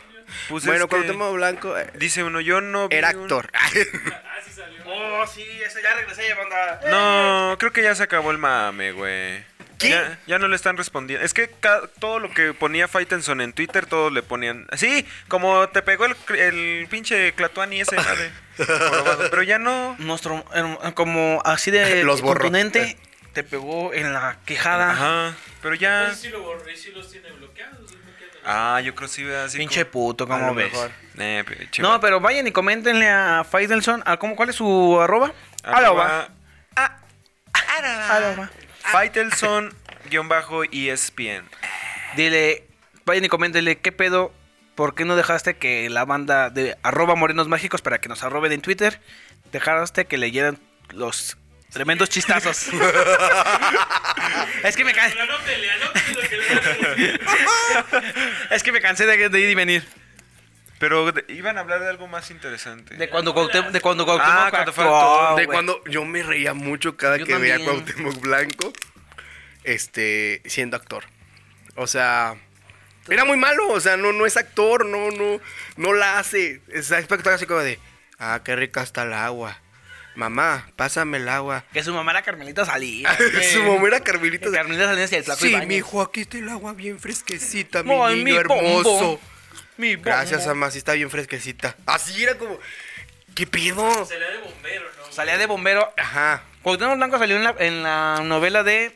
Pues bueno, es que- Cuauhtémoc Blanco eh, Dice uno, yo no... vi era un- actor. Ah, sí salió. Oh, sí, ese ya regresé, banda. No, creo que ya se acabó el mame, güey. ¿Qué? Ya, ya no le están respondiendo. Es que ca- todo lo que ponía Faitelson en Twitter, todos le ponían. Sí, como te pegó el, cr- el pinche Clatuani ese, madre. Jorobado. Pero ya no. Nuestro, herma- como así de Los borró. contundente, te pegó en la quejada. Ajá. Pero ya. Entonces sí lo borré, sí los tiene bloqueados. sí me quedo. Ah, yo creo que sí, así. Pinche como- puto, ¿cómo ves? Eh, pinche. No, pero vayan y coméntenle a Faidelson. ¿a cómo, ¿Cuál es su arroba? Arroba. Arroba- Ah, Arroba. Faitelson guión bajo ESPN. Dile, vayan y coméntenle qué pedo. ¿Por qué no dejaste que la banda de arroba morenos mágicos para que nos arroben en Twitter? Dejaste que leyeran los tremendos chistazos. es que me cansé. Pero anótele, anótele lo que le voy a Es que me cansé de, de ir y venir. Pero de- iban a hablar de algo más interesante. De cuando Cuauhtémoc, de cuando Ah, Cuauhtémoc cuando fue actuó, actor. de güey. cuando yo me reía mucho cada Yo que veía a también. Cuauhtémoc Blanco este, siendo actor. O sea, era muy malo, o sea, no, no es actor, no, no, no la hace. Es aspecto así como de, ah, qué rica está el agua. Mamá, pásame el agua. Que su mamá era Carmelita Salinas. Ah, güey. Su mamá era Que Carmelita. Carmelita Salinas y el flaco Sí, Ibáñez. mijo, aquí está el agua bien fresquecita, mi Ay, niño mi hermoso. bombo. Mi bombo. Gracias, mamá, sí está bien fresquecita. Así era como, ¿qué pedo? Se le da de bombero, ¿no? Salía de bombero. Ajá. Cuauhtémoc Blanco salió en la, en la novela de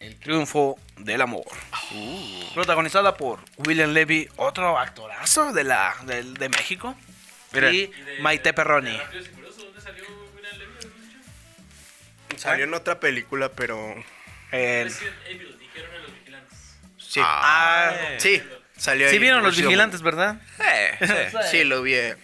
El triunfo del amor. Uh. Protagonizada por William Levy, otro actorazo de la del- de, México. Mira. y Maite Perroni. Rápidos y Furiosos, ¿dónde salió William Levy? ¿Habías dicho? Salió en Ah. otra película, pero... El- Resident Evil, dijeron en los vigilantes. Sí. Ah, sí, salió sí ahí, vieron los Rocío. vigilantes, ¿verdad? Sí, sí. Sí, lo vi. eh.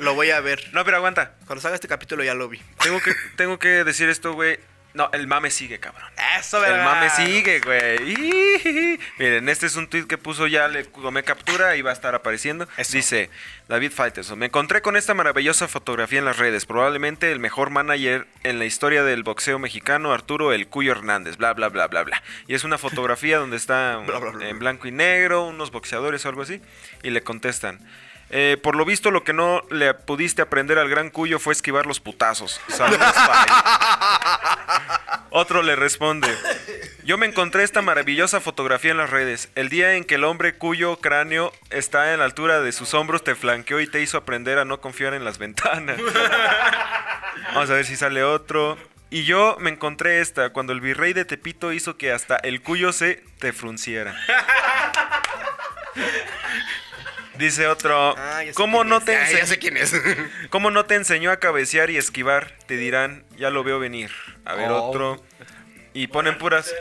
lo voy a ver. eh, No, pero aguanta. Cuando salga este capítulo ya lo vi. Tengo que, tengo que decir esto, güey. No, el mame sigue, cabrón. Eso, El mame sigue, güey. Miren, este es un tweet que puso ya, le tomé captura y va a estar apareciendo. Dice David Faitelson, me encontré con esta maravillosa fotografía en las redes. Probablemente el mejor manager en la historia del boxeo mexicano, Arturo El Cuyo Hernández, bla, bla, bla, bla, bla. Y es una fotografía donde está Bla, bla, bla, en bla. blanco y negro, unos boxeadores o algo así. Y le contestan. "Eh, por lo visto, lo que no le pudiste aprender al gran cuyo fue esquivar los putazos. Saludos para él". Otro le responde. Yo me encontré esta maravillosa fotografía en las redes. El día en que el hombre cuyo cráneo está en la altura de sus hombros te flanqueó y te hizo aprender a no confiar en las ventanas. Vamos a ver si sale otro. Y yo me encontré esta cuando el virrey de Tepito hizo que hasta el cuyo se te frunciera. Dice otro, Ah, ya sé ¿cómo quién no es. te Ah, ya ense- sé quién es. ¿Cómo no te enseñó a cabecear y esquivar? Te dirán, ya lo veo venir. A ver, Oh. otro. Y ponen puras.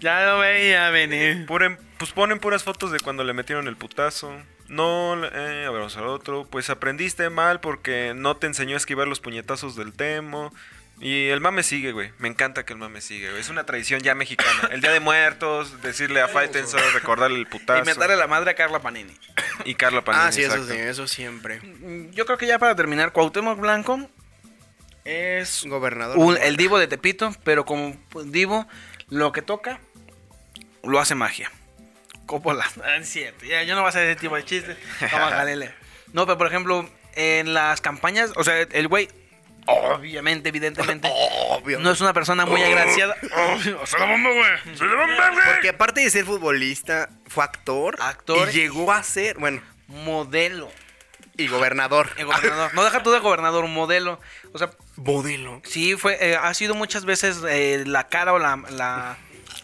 Ya lo veía venir. puren- pues ponen puras fotos de cuando le metieron el putazo. No, eh, a ver, vamos al otro. Pues aprendiste mal porque no te enseñó a esquivar los puñetazos del temo. Y el mame sigue, güey. Me encanta que el mame sigue, güey. Es una tradición ya mexicana. El Día de Muertos, decirle a Faitelson, recordarle el putazo. Y meterle la madre a Carla Panini. Y Carla Panini. ah, sí, eso exacto. sí, eso siempre. Mm, Yo creo que ya para terminar, Cuauhtémoc Blanco es Gobernador. un- el divo de Tepito, pero como divo, lo que toca lo hace magia. Coppola. Ah, Es cierto, ya, yo no voy a hacer ese tipo de chistes. Vamos, jalele. No, pero por ejemplo, en las campañas, o sea, el güey, obviamente, evidentemente, Obvio. no es una persona muy agraciada. ¡Se la bomba, güey! ¡Se la bomba, güey! Porque aparte de ser futbolista, fue actor. Actor. Y llegó a ser, bueno, Modelo. y gobernador. El gobernador. No deja tú de gobernador, modelo. O sea, Modelo. Sí, fue, eh, ha sido muchas veces eh, la cara o la, la,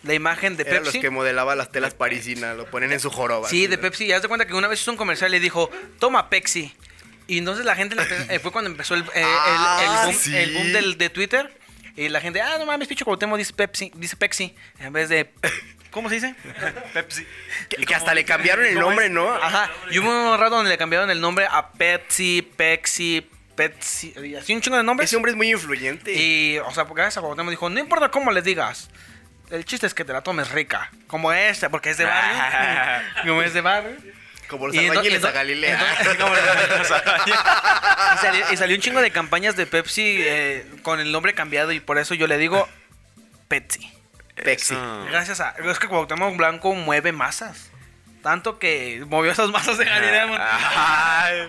la imagen de Eran los Pepsi. que modelaba las telas parisinas, lo ponen en su joroba. Sí, así, de ¿no? Pepsi. Ya haz de cuenta que una vez hizo un comercial y dijo, toma Pepsi. Y entonces la gente le empe- eh, fue cuando empezó el, eh, el- el Ah, boom, sí. el boom del, de Twitter. Y la gente, ah, no mames, picho Cuauhtémoc dice Pepsi, dice Pepsi, en vez de... ¿Cómo se dice? Pepsi. Que, que hasta le cambiaron el nombre, ¿no? Ajá. Y hubo un rato donde le cambiaron el nombre a Pepsi, Pepsi, Pepsi. Y así un chingo de nombres. Ese hombre es muy influyente. Y, o sea, porque gracias a Cuauhtémoc dijo, no importa cómo le digas, el chiste es que te la tomes rica, como esta, porque es de barrio, como es de barrio. como los Y ento- albañiles ento- a Galilea. entonces- como los albañiles a Galilea. Y salió, y salió un chingo de campañas de Pepsi eh, con el nombre cambiado y por eso yo le digo Pepsi. Pepsi. Ah. Gracias a... Es que Cuauhtémoc Blanco mueve masas. Tanto que movió esas masas de Galilea. ah, mon- Ay,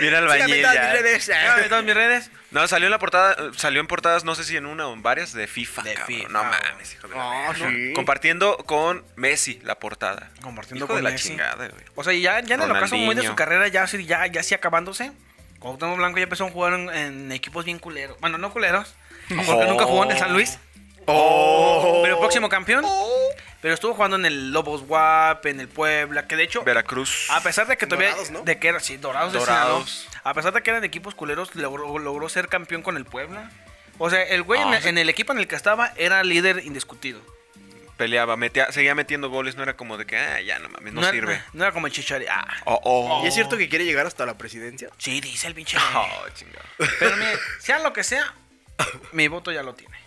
mira el Síganme en todas mis bañil. redes. Síganme en todas Ah, mis redes. No, salió en la portada, eh, salió en portadas, no sé si en una o en varias, de FIFA. De cabrón. FIFA, Oh, No güey. mames, hijo de la Ah, verga. sí. Compartiendo con Messi la portada. Compartiendo Hijo con de la Messi. chingada, güey. O sea, ya, ya en el ocaso muy de su Ronaldinho. carrera, ya, así- ya, ya así acabándose, Cuauhtémoc Blanco ya empezó a jugar en, en equipos bien culeros. Bueno, no culeros, porque Oh. nunca jugó en el San Luis, Oh. pero próximo campeón. Pero estuvo jugando en el Lobos WAP, en el Puebla, que de hecho, Veracruz. a pesar de que todavía... Dorados, ¿no? De que era, sí, Dorados, de Dorados. Sinaloa, A pesar de que eran equipos culeros, logró, logró ser campeón con el Puebla. O sea, el güey en, Ah, el- sí. en el equipo en el que estaba era líder indiscutido. Peleaba, metía, seguía metiendo goles, no era como de que, ah, ya no mames, no, era- sirve. No era como el Chichari. Ah, Oh, oh. ¿Y es cierto que quiere llegar hasta la presidencia? sí, dice el pinche... Oh, chingado. Pero mire, sea lo que sea, mi voto ya lo tiene.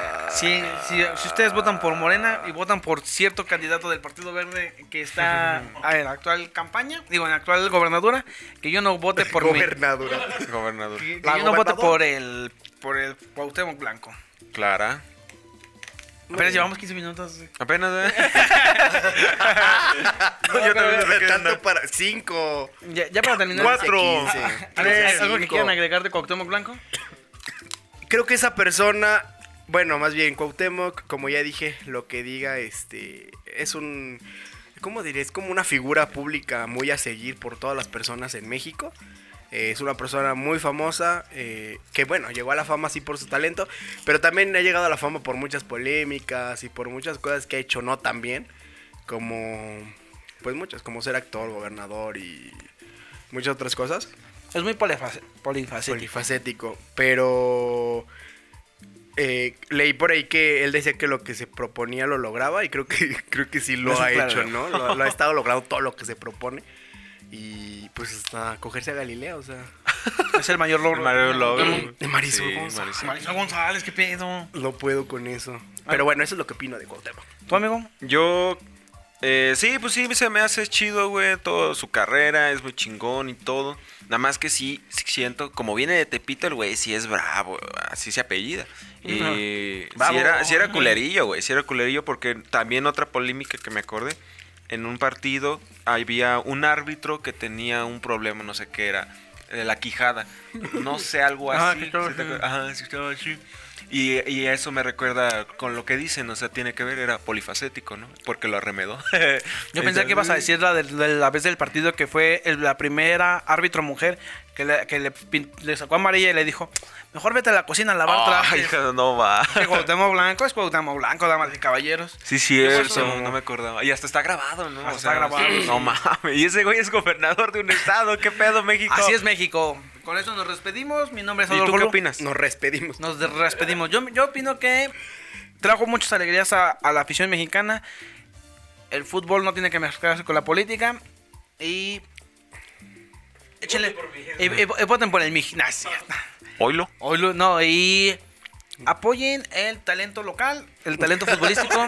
Ah. Si, si, si ustedes votan por Morena y votan por cierto candidato del Partido Verde que está en la actual campaña, digo, en la actual gobernadora, que yo no vote por mí. Gobernadora. Gobernador. Que la yo no vote gobernadora. por el, por el Cuauhtémoc Blanco. Clara. Apenas llevamos 15 minutos. Apenas, ¿eh? Yo también me saqué de tanto onda. para. Cinco. Ya, ya para terminar. Cuatro. quince, ¿Algo, tres, algo que cinco. quieran agregar de Cuauhtémoc Blanco? Creo que esa persona, bueno, más bien Cuauhtémoc, como ya dije, lo que diga, este, es un, ¿cómo diré? Es como una figura pública muy a seguir por todas las personas en México. Eh, es una persona muy famosa, eh, que bueno, llegó a la fama sí por su talento, pero también ha llegado a la fama por muchas polémicas y por muchas cosas que ha hecho no tan bien, como, pues muchas, como ser actor, gobernador y muchas otras cosas Es muy polifac- polifacético. polifacético. Pero eh, leí por ahí que él decía que lo que se proponía lo lograba y creo que, creo que sí lo Es un ha claro hecho, ¿no? Lo, lo ha estado logrando todo lo que se propone. Y pues hasta cogerse a Galilea, o sea. Es el mayor logro. Mario Lobo. De Marisol Sí, González. Marisol. Marisol González, qué pedo. No puedo con eso. Pero bueno, eso es lo que opino de Cuauhtémoc. ¿Tu amigo? Yo. eh, sí, pues sí, se me hace chido, güey. Toda su carrera es muy chingón y todo. Nada más que sí, sí siento, como viene de Tepito, el güey sí es bravo, así se apellida. Y Ujú. sí, Bravo. era, sí era culerillo, güey. Sí era culerillo porque también otra polémica que me acordé. En un partido había un árbitro que tenía un problema, no sé qué era, eh, la quijada. No sé, algo Ah, así. que estaba ¿sí te así. acuerdas? Ajá, sí, estaba así. Y, y eso me recuerda con lo que dicen, o sea, tiene que ver, era polifacético, ¿no? Porque lo arremedó. Yo pensé que ibas a decir la de, de la vez del partido que fue el- la primera árbitro mujer que, le, que le, pin- le sacó amarilla y le dijo, mejor vete a la cocina a lavar Ay, trastes. hija, no va. Que Cuauhtémoc Blanco es Cuauhtémoc Blanco, damas y caballeros. Sí, Yo cierto, creo que- no me acordaba. Y hasta está grabado, ¿no? Hasta está grabado. No mames. Y ese güey es gobernador de un estado. ¿Qué pedo, México? Así es México. Con eso nos despedimos. Mi nombre es ¿Y Adolfo tú qué Lu. opinas? Nos despedimos. Nos des- despedimos. Yo, yo opino que trajo muchas alegrías a, a la afición mexicana. El fútbol no tiene que mezclarse con la política. Y... Échenle... por mi gente. y- y- y voten por el Mijinasia. Oilo. Hoy lo- no, y apoyen el talento local, el talento futbolístico.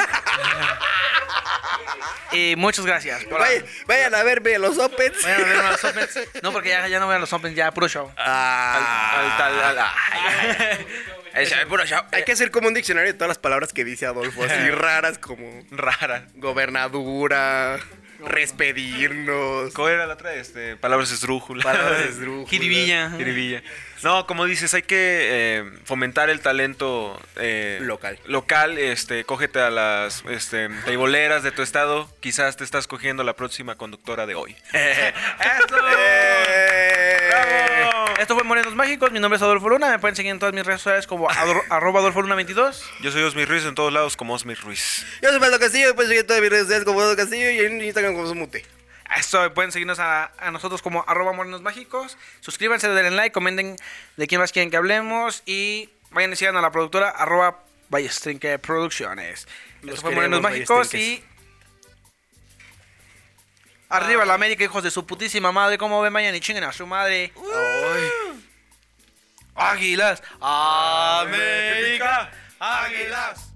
y muchas gracias. por- Vaya- vayan a verme los Opens. Vayan a ver a los Opens. No, porque ya, ya no voy a los Opens, ya puro show. Ah. eh, Hay que hacer como un diccionario de todas las palabras que dice Adolfo, así raras como. Rara. gobernadura, respedirnos. ¿Cómo era la otra? Este, palabras esdrújulas. Palabras esdrújulas. Jiribilla. Jiribilla. No, como dices, hay que eh, fomentar el talento eh, Local. Local, este, cógete a las este, teiboleras de tu estado. Quizás te estás cogiendo la próxima conductora de hoy. ¡Esto! ¡Eh! Esto fue Morenos Mágicos, mi nombre es Adolfo Luna, me pueden seguir en todas mis redes sociales como adro- arroba Adolfo Luna 22. Yo soy Osmi Ruiz en todos lados como Osmi Ruiz. Yo soy Pablo Castillo, después seguí en todas mis redes sociales como Pablo Castillo y en Instagram como Sumute. Esto, pueden seguirnos a, a nosotros como arroba Morenos Mágicos. Suscríbanse, denle like, comenten de quién más quieren que hablemos y vayan y sigan a la productora arroba Ballestrinque Producciones. Los Esto fue queremos, Morenos Mágicos y... Ballestrinques. Arriba la América, hijos de su putísima madre. ¿Cómo ven mañana? Y chinguen a su madre. Águilas. América. Águilas.